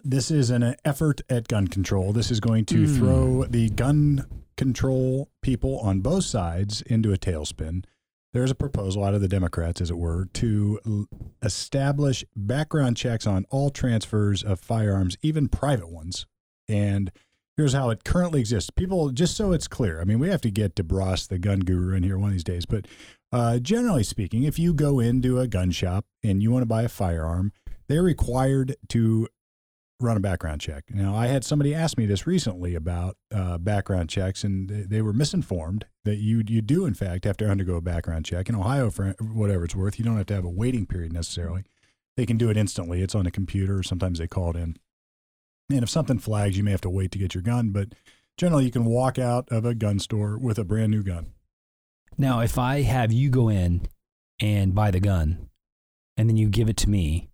Speaker 1: This is an effort at gun control. This is going to
Speaker 2: Hmm.
Speaker 1: throw the gun control people on both sides into a tailspin. There's a proposal out of the Democrats, as it were, to l- establish background checks on all transfers of firearms, even private ones. And here's how it currently exists. People, just so it's clear, I mean, we have to get DeBras, the gun guru, in here one of these days. But uh, generally speaking, if you go into a gun shop and you want to buy a firearm, they're required to run a background check. Now, I had somebody ask me this recently about uh, background checks, and they, they were misinformed that you you do in fact have to undergo a background check in Ohio for whatever it's worth. You don't have to have a waiting period necessarily. They can do it instantly. It's on a computer. Or sometimes they call it in. And if something flags, you may have to wait to get your gun, but generally you can walk out of a gun store with a brand new gun.
Speaker 2: Now, if I have you go in and buy the gun and then you give it to me,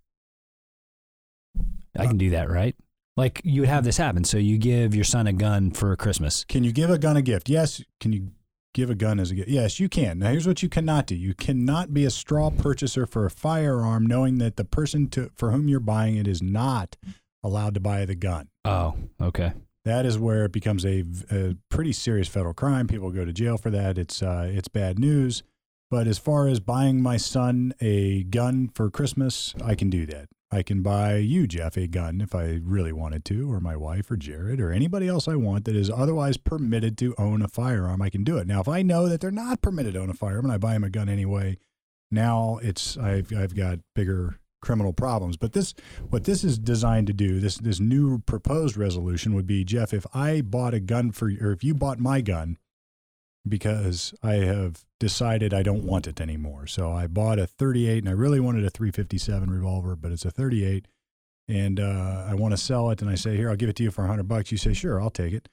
Speaker 2: I can do that, right? Like you would have this happen. So you give your son a gun for Christmas.
Speaker 1: Can you give a gun a gift? Yes. Can you give a gun as a gift? Yes, you can. Now, here's what you cannot do: you cannot be a straw purchaser for a firearm, knowing that the person to, for whom you're buying it is not allowed to buy the gun.
Speaker 2: Oh,
Speaker 1: <laughs>
Speaker 2: okay.
Speaker 1: That is where it becomes a, a pretty serious federal crime. People go to jail for that. It's uh, it's bad news. But as far as buying my son a gun for Christmas, I can do that. I can buy you, Jeff, a gun if I really wanted to, or my wife, or Jared, or anybody else I want that is otherwise permitted to own a firearm. I can do it. Now, if I know that they're not permitted to own a firearm and I buy him a gun anyway, now it's I've I've got bigger criminal problems. But this what this is designed to do, this this new proposed resolution would be, Jeff, if I bought a gun for or if you bought my gun because I have decided I don't want it anymore. So I bought a 38 and I really wanted a 357 revolver, but it's a 38 and uh, I want to sell it and I say, "Here, I'll give it to you for 100 bucks." You say, "Sure, I'll take it."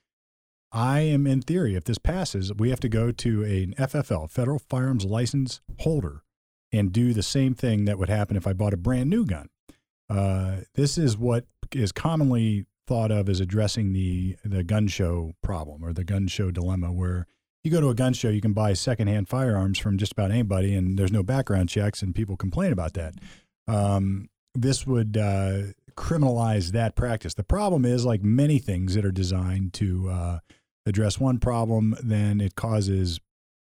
Speaker 1: I am in theory if this passes, we have to go to an FFL, Federal Firearms License Holder and do the same thing that would happen if I bought a brand new gun. Uh, this is what is commonly thought of as addressing the the gun show problem or the gun show dilemma, where you go to a gun show, you can buy secondhand firearms from just about anybody, and there's no background checks, and people complain about that. Um, this would uh, criminalize that practice. The problem is, like many things that are designed to uh, address one problem, then it causes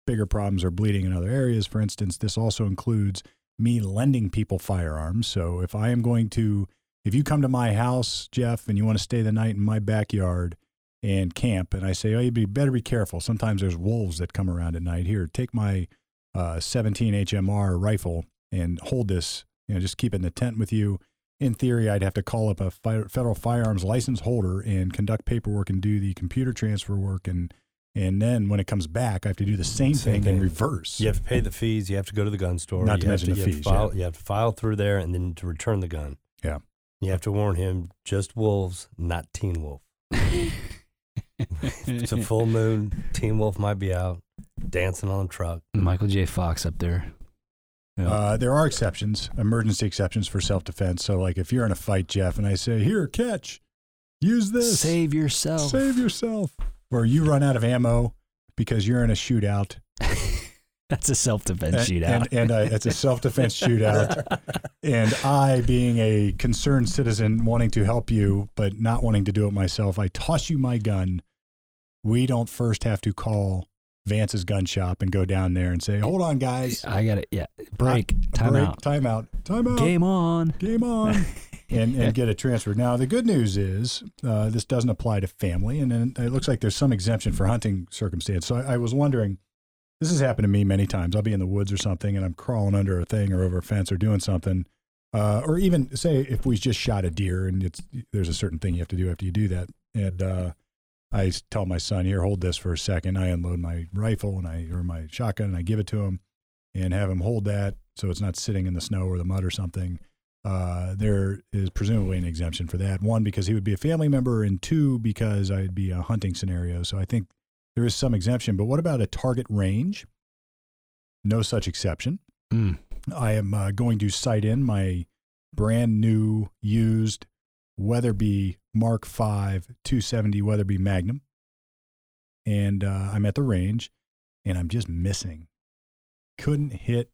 Speaker 1: bigger problems or bleeding in other areas. For instance, this also includes me lending people firearms. So if I am going to, if you come to my house, Jeff, and you want to stay the night in my backyard, and camp, and I say, "Oh, you be better be careful. Sometimes there's wolves that come around at night. Here, take my uh, 17 HMR rifle and hold this. You know, just keep it in the tent with you." In theory, I'd have to call up a fi- federal firearms license holder and conduct paperwork and do the computer transfer work, and and then when it comes back, I have to do the same,
Speaker 3: Same
Speaker 1: thing, in
Speaker 3: thing.
Speaker 1: reverse.
Speaker 3: You have to pay the fees. You have to go to the gun store.
Speaker 1: Not to
Speaker 3: you have
Speaker 1: mention the
Speaker 3: you have
Speaker 1: fees,
Speaker 3: To file, You have to file through there and then to return the gun.
Speaker 1: Yeah.
Speaker 3: You have to warn him just wolves, not Teen Wolf.
Speaker 2: <laughs>
Speaker 3: It's a full moon. Teen Wolf might be out dancing on a truck.
Speaker 2: Michael J. Fox up there. Yeah.
Speaker 1: Uh, there are exceptions, emergency exceptions for self defense. So, like if you're in a fight, Jeff, and I say, "Here, catch, use this,
Speaker 2: Save yourself.
Speaker 1: save yourself," or you run out of ammo because you're in a shootout,
Speaker 2: <laughs> That's a self defense
Speaker 1: and,
Speaker 2: shootout.
Speaker 1: and, and uh, it's a self
Speaker 2: <laughs>
Speaker 1: defense shootout, and I, being a concerned citizen, wanting to help you but not wanting to do it myself, I toss you my gun. We don't first have to call Vance's gun shop and go down there and say, "Hold on, guys,
Speaker 2: I got it. Yeah. Break. Time
Speaker 1: break,
Speaker 2: out.
Speaker 1: time out, time out."
Speaker 2: Game on.
Speaker 1: game on and, and get it transferred. Now, the good news is uh, this doesn't apply to family, and, then it looks like there's some exemption for hunting circumstance. So I, I was wondering, this has happened to me many times. I'll be in the woods or something, and I'm crawling under a thing or over a fence or doing something, uh, or even say if we just shot a deer, and it's there's a certain thing you have to do after you do that, and uh, I s- tell my son, here, hold this for a second. I unload my rifle and I or my shotgun and I give it to him and have him hold that so it's not sitting in the snow or the mud or something. Uh, there is presumably an exemption for that. One, because he would be a family member, and two, because I'd be a hunting scenario. So I think there is some exemption. But what about a target range? No such exception.
Speaker 2: Mm.
Speaker 1: I am uh, going to sight in my brand new used Weatherby Mark V 270 Weatherby Magnum. And uh, I'm at the range and I'm just missing. Couldn't hit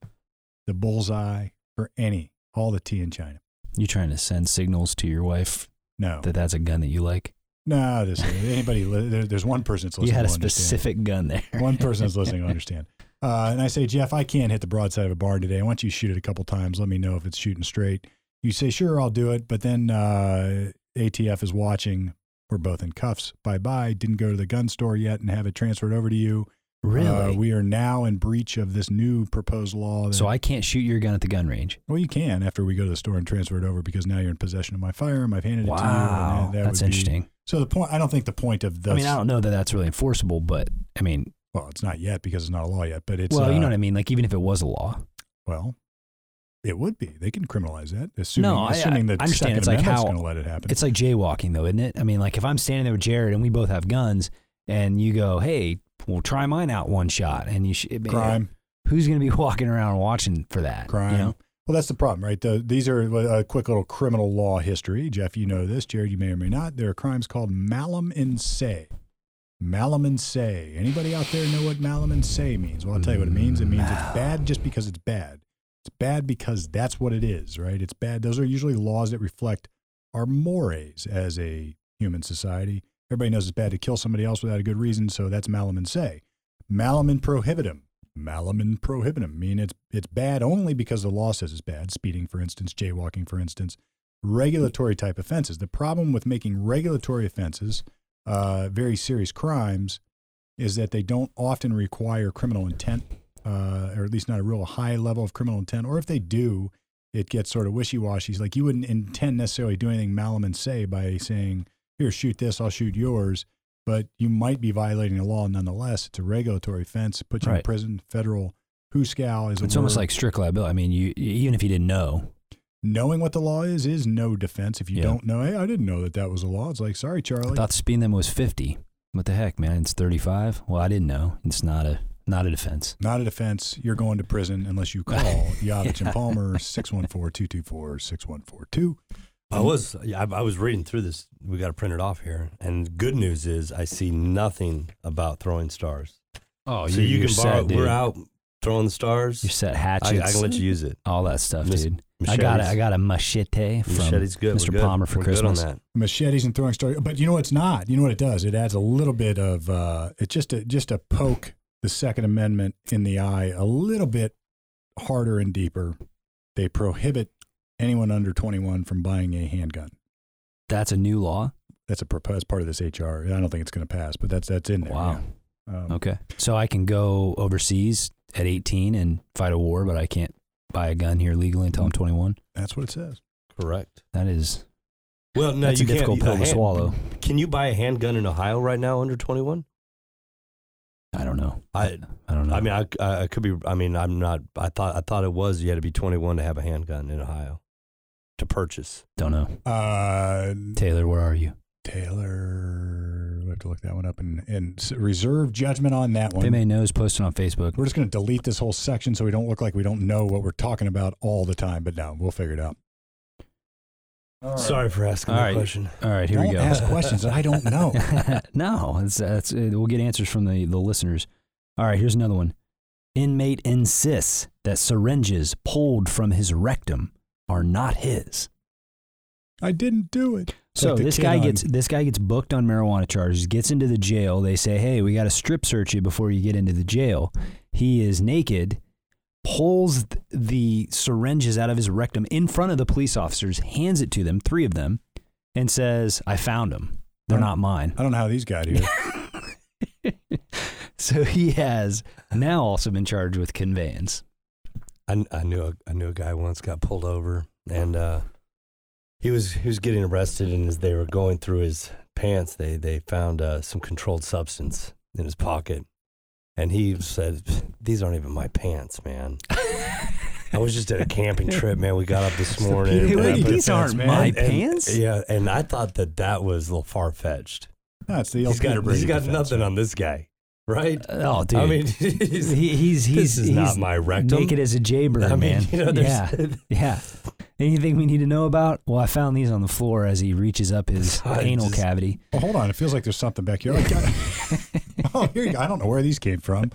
Speaker 1: the bullseye for any, all the tea in China.
Speaker 2: You trying to send signals to your wife
Speaker 1: No,
Speaker 2: that that's a gun that you like?
Speaker 1: no, this, anybody, li- there, there's one person that's listening.
Speaker 2: you had a
Speaker 1: who understands.
Speaker 2: specific gun there.
Speaker 1: <laughs> One person that's listening will understand. Uh, and I say, Jeff, I can't hit the broadside of a barn today. I want you to shoot it a couple times. Let me know if it's shooting straight. You say, sure, I'll do it. But then uh, ATF is watching. We're both in cuffs. Bye bye. Didn't go to the gun store yet and have it transferred over to you.
Speaker 2: Really?
Speaker 1: Uh, we are now in breach of this new proposed law. That,
Speaker 2: <laughs> so I can't shoot your gun at the gun range.
Speaker 1: well, you can after we go to the store and transfer it over because now you're in possession of my firearm. I've handed it to you.
Speaker 2: Wow,
Speaker 1: and that- that
Speaker 2: that's
Speaker 1: would be-
Speaker 2: interesting.
Speaker 1: so the point, I don't think the point of this.
Speaker 2: I mean, I don't know that that's really enforceable, but I mean,
Speaker 1: well, it's not yet because it's not a law yet. But it's
Speaker 2: well,
Speaker 1: uh,
Speaker 2: you know what I mean. Like even if it was a law,
Speaker 1: Well, it would be. They can criminalize that, assuming,
Speaker 2: No, I-
Speaker 1: assuming the
Speaker 2: I understand.
Speaker 1: Second
Speaker 2: It's like
Speaker 1: Amendment's
Speaker 2: how-
Speaker 1: going to let it happen.
Speaker 2: it's like jaywalking, though, isn't it? I mean, like if I'm standing there with Jared and we both have guns, and you go, "Hey, we'll try mine out one shot," and you sh- I mean,
Speaker 1: crime,
Speaker 2: Who's going to be <laughs> walking around watching for that? you
Speaker 1: crime.
Speaker 2: know?
Speaker 1: Well, that's the problem, right? The, these are uh, a quick little criminal law history. Jeff, you know this. Jared, you may or may not. There are crimes called malum in se. Malum in se. Anybody out there know what malum in se means? Well, I'll tell you what it means. It means it's bad just because it's bad. It's bad because that's what it is, right? It's bad. Those are usually laws that reflect our mores as a human society. Everybody knows it's bad to kill somebody else without a good reason, so that's malum in se. Malum in prohibitum. Malum in prohibitum mean it's it's bad only because the law says it's bad. Speeding, for instance, jaywalking, for instance, regulatory type offenses. The problem with making regulatory offenses uh, very serious crimes is that they don't often require criminal intent, uh, or at least not a real high level of criminal intent. Or if they do, it gets sort of wishy washy. Like you wouldn't intend necessarily do anything malum and say by saying, here, shoot this, I'll shoot yours. But you might be violating the law nonetheless. It's a regulatory offense, put you in
Speaker 2: Right.
Speaker 1: prison, federal. Hooscow is a
Speaker 2: It's almost
Speaker 1: word.
Speaker 2: like strict liability. I mean, you even if you didn't know,
Speaker 1: knowing what the law is is no defense. If you
Speaker 2: Yeah.
Speaker 1: don't know, hey, I didn't know that that was a law. It's like, sorry,
Speaker 2: I
Speaker 3: Oh,
Speaker 1: Charlie.
Speaker 2: thought the speed limit was 50. What the heck, man? It's 35. Well, I didn't know. It's not a not a defense.
Speaker 1: Not a defense. You're going to prison unless
Speaker 2: <laughs>
Speaker 1: you call Yavich and Palmer 614-224-6142.
Speaker 3: I was yeah, I, I was reading through this. We got to print it off here. And good news is I see nothing about throwing stars.
Speaker 2: Oh,
Speaker 3: so you can borrow.
Speaker 2: set, dude.
Speaker 3: we're out throwing stars.
Speaker 2: You're set
Speaker 3: I,
Speaker 2: hatchets.
Speaker 3: I can let you use it.
Speaker 2: all that stuff,
Speaker 3: Mis-
Speaker 2: dude. I got it.
Speaker 3: machetes.
Speaker 2: I got a machete from
Speaker 3: Machete's good.
Speaker 2: Mr.
Speaker 3: We're good.
Speaker 2: Palmer for
Speaker 3: We're
Speaker 2: Christmas.
Speaker 3: Good on
Speaker 1: Machetes and throwing stars. But you know what it's not? You know what it does? It adds a little bit of uh it's just a just a poke the Second Amendment in the eye a little bit harder and deeper. They prohibit anyone under 21 from buying a handgun.
Speaker 2: That's a new law.
Speaker 1: That's a proposed part of this HR. I don't think it's going to pass, but that's that's in there.
Speaker 2: Wow.
Speaker 1: yeah. Um,
Speaker 2: Okay. So I can go overseas at 18 and fight a war, but I can't buy a gun here legally until I'm 21.
Speaker 1: That's what it says.
Speaker 3: Correct.
Speaker 2: That is
Speaker 3: Well, no,
Speaker 2: that's
Speaker 3: you
Speaker 2: a difficult
Speaker 3: can't,
Speaker 2: pill to
Speaker 3: hand-
Speaker 2: swallow.
Speaker 3: Can you buy a handgun in Ohio right now under 21?
Speaker 2: I don't know.
Speaker 3: I-
Speaker 2: I don't know.
Speaker 3: I mean, I, I I could be. I mean, I'm not. I thought I thought it was you had to be 21 to have a handgun in Ohio to purchase.
Speaker 2: don't know.
Speaker 1: Uh,
Speaker 2: Taylor, where are you?
Speaker 1: Taylor, we have to look that one up and and s- reserve judgment on that one.
Speaker 2: They may know is posted on Facebook.
Speaker 1: We're just going to delete this whole section so we don't look like we don't know what we're talking about all the time. But no, we'll figure it out.
Speaker 3: Sorry for asking
Speaker 2: All
Speaker 3: that
Speaker 2: right.
Speaker 3: question.
Speaker 2: All right, here
Speaker 1: don't
Speaker 2: we go. <laughs>
Speaker 1: ask questions that I don't know.
Speaker 2: no, it's, it's, it, we'll get answers from the, the listeners. All right, here's another one. Inmate insists that syringes pulled from his rectum are not his.
Speaker 1: I didn't do it. It's
Speaker 2: So
Speaker 1: like the
Speaker 2: this
Speaker 1: kid
Speaker 2: guy
Speaker 1: on-
Speaker 2: gets this guy gets booked on marijuana charges, gets into the jail. They say, "Hey, we got to strip search you before you get into the jail." He is naked, pulls th- the syringes out of his rectum in front of the police officers, hands it to them, three of them, and says, "I found them. They're not mine." <laughs>
Speaker 1: I don't know how these got here.
Speaker 2: So he has now also been charged with conveyance.
Speaker 3: I, I knew a, I knew a guy once got pulled over and uh, he was he was getting arrested and as they were going through his pants they they found uh, some controlled substance in his pocket and he said these aren't even my pants man I was just at
Speaker 2: <laughs>
Speaker 3: a camping trip man we got up this morning
Speaker 1: Hey,
Speaker 3: and
Speaker 1: wait,
Speaker 3: wrapped it-
Speaker 1: these aren't my
Speaker 3: and- yeah and I thought that that was a little far fetched
Speaker 1: That's the old
Speaker 3: he's got
Speaker 1: Peter
Speaker 3: he's
Speaker 1: Brady
Speaker 3: got
Speaker 1: defense.
Speaker 3: nothing on this guy right
Speaker 2: Oh, dude.
Speaker 3: I mean <laughs> he's,
Speaker 2: he, he's he's
Speaker 3: this is
Speaker 2: he's
Speaker 3: not my rectum
Speaker 2: naked as a jaybird,
Speaker 3: I mean,
Speaker 2: man.
Speaker 3: <laughs> you know,
Speaker 2: yeah.
Speaker 3: there's-
Speaker 2: Yeah. Anything we need to know about? Well, I found these on the floor as he reaches up his
Speaker 1: <laughs>
Speaker 3: I
Speaker 2: anal
Speaker 3: just-
Speaker 2: cavity.
Speaker 1: Oh, hold on. It feels like there's something back here. Oh, God. <laughs> oh, here you go. I don't know where these came from.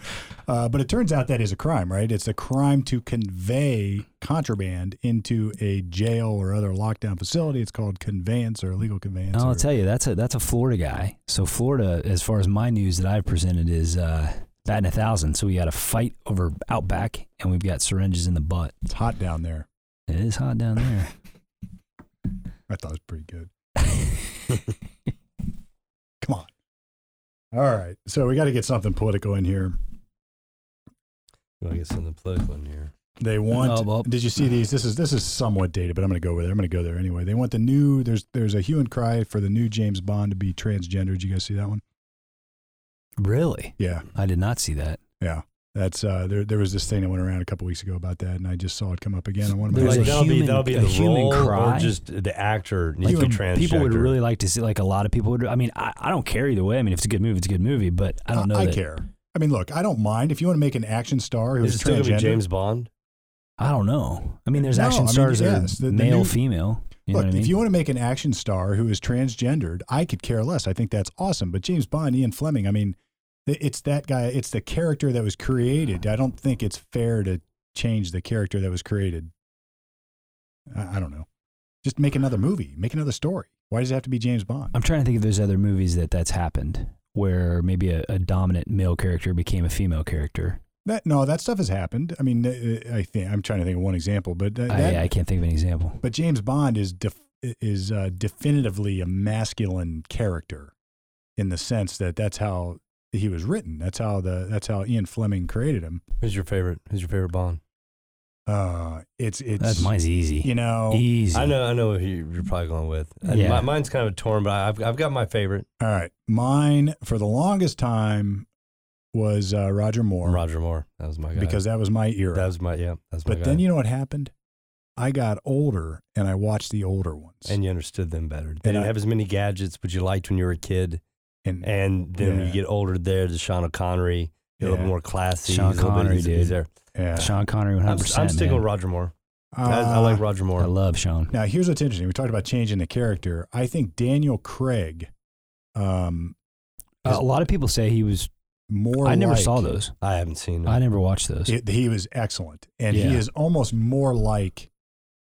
Speaker 1: Uh, but it turns out that is a crime, right? It's a crime to convey contraband into a jail or other lockdown facility. It's called conveyance or illegal conveyance.
Speaker 2: I'll
Speaker 1: or-
Speaker 2: tell you, that's a that's a Florida guy. So Florida, as far as my news that I've presented, is uh, batting a thousand. So we got a fight over outback, and we've got syringes in the butt.
Speaker 1: it's hot down there.
Speaker 2: It is hot down there.
Speaker 1: I thought it was pretty good. Come on. All right. So we got to get something political in here.
Speaker 3: I get something political in here.
Speaker 1: They want.
Speaker 2: Oh, well.
Speaker 1: Did you see these? This is this is somewhat dated, but I'm going to go with it. I'm going to go there anyway. They want the new. There's there's a hue and cry for the new James Bond to be transgender. Did you guys see that one?
Speaker 2: really?
Speaker 1: Yeah,
Speaker 2: I did not see that.
Speaker 1: yeah. That's uh, there. There was this thing that went around a couple weeks ago about that, and I just saw it come up again on one of my.
Speaker 2: There's
Speaker 3: like,
Speaker 1: lists.
Speaker 2: a
Speaker 3: that'll be
Speaker 2: human-
Speaker 3: that'll be
Speaker 2: a
Speaker 3: the
Speaker 2: human
Speaker 3: role
Speaker 2: cry.
Speaker 3: or just the actor needs
Speaker 2: Like
Speaker 3: to be
Speaker 2: the- people would
Speaker 3: transgender.
Speaker 2: really like to see. Like a lot of people would. I mean, I, I don't care either way. I mean, if it's a good movie, it's a good movie. But I don't know.
Speaker 1: I
Speaker 2: that-
Speaker 1: care. I mean, look, I don't mind if you want to make an action star
Speaker 3: Is
Speaker 1: who's
Speaker 3: it still gonna
Speaker 1: transgender.
Speaker 3: be James Bond?
Speaker 2: I don't know. I mean, there's
Speaker 1: No, I
Speaker 2: action
Speaker 1: mean,
Speaker 2: stars that
Speaker 1: yes,
Speaker 2: are
Speaker 1: the- the
Speaker 2: male,
Speaker 1: new-
Speaker 2: female. You know
Speaker 1: Look,
Speaker 2: what I mean?
Speaker 1: if you want to make an action star who is transgendered, I could care less. I think that's awesome. But James Bond, Ian Fleming, I mean, th- it's that guy. It's the character that was created. I don't think it's fair to change the character that was created. I, I don't know. Just make another movie. Make another story. Why does it have to be James Bond?
Speaker 2: I'm trying to think if there's other movies that that's happened where maybe a, a dominant male character became a female character.
Speaker 1: That, no, that stuff has happened. I mean, uh, I think I'm trying to think of one example, but that, that-
Speaker 2: I, I can't think of an example.
Speaker 1: but James Bond is def- is uh, definitively a masculine character in the sense that that's how he was written. That's how the that's how Ian Fleming created him.
Speaker 3: Who's your favorite? Who's your favorite Bond?
Speaker 1: Uh, it's it's
Speaker 2: That's mine's easy.
Speaker 1: you know
Speaker 2: easy.
Speaker 3: I know, I know who you- you're probably going with. And
Speaker 2: Yeah.
Speaker 3: my, mine's kind of torn, but I've I've got my favorite,
Speaker 1: all right. Mine for the longest time was uh, Roger Moore
Speaker 3: Roger Moore. That was my guy.
Speaker 1: because that was my era.
Speaker 3: that was my yeah, that's my
Speaker 1: but
Speaker 3: guy.
Speaker 1: then you know what happened? I got older and I watched the older ones.
Speaker 3: and you understood them better. They
Speaker 1: And
Speaker 3: didn't
Speaker 1: I-
Speaker 3: have as many gadgets, but you liked when you were a kid.
Speaker 1: and,
Speaker 3: And then when
Speaker 1: Yeah.
Speaker 3: you get older, there's Sean Connery, a little
Speaker 1: Yeah.
Speaker 3: bit more classy.
Speaker 2: Sean
Speaker 3: he's a little bit-
Speaker 2: Connery,
Speaker 3: he's- he's
Speaker 2: dude.
Speaker 3: there.
Speaker 1: yeah.
Speaker 2: Sean Connery, 100.
Speaker 3: I'm, I'm sticking with Roger Moore. I, I
Speaker 1: Uh,
Speaker 3: like Roger Moore.
Speaker 2: I love Sean.
Speaker 1: Now, here's what's interesting. We talked about changing the character. I think Daniel Craig, um,
Speaker 2: Uh, a lot of people say he was.
Speaker 1: more.
Speaker 2: I never
Speaker 1: like-
Speaker 2: saw those.
Speaker 3: I haven't seen him.
Speaker 2: I never watched those.
Speaker 1: It- he was excellent, and he
Speaker 2: Yeah.
Speaker 1: is almost more like,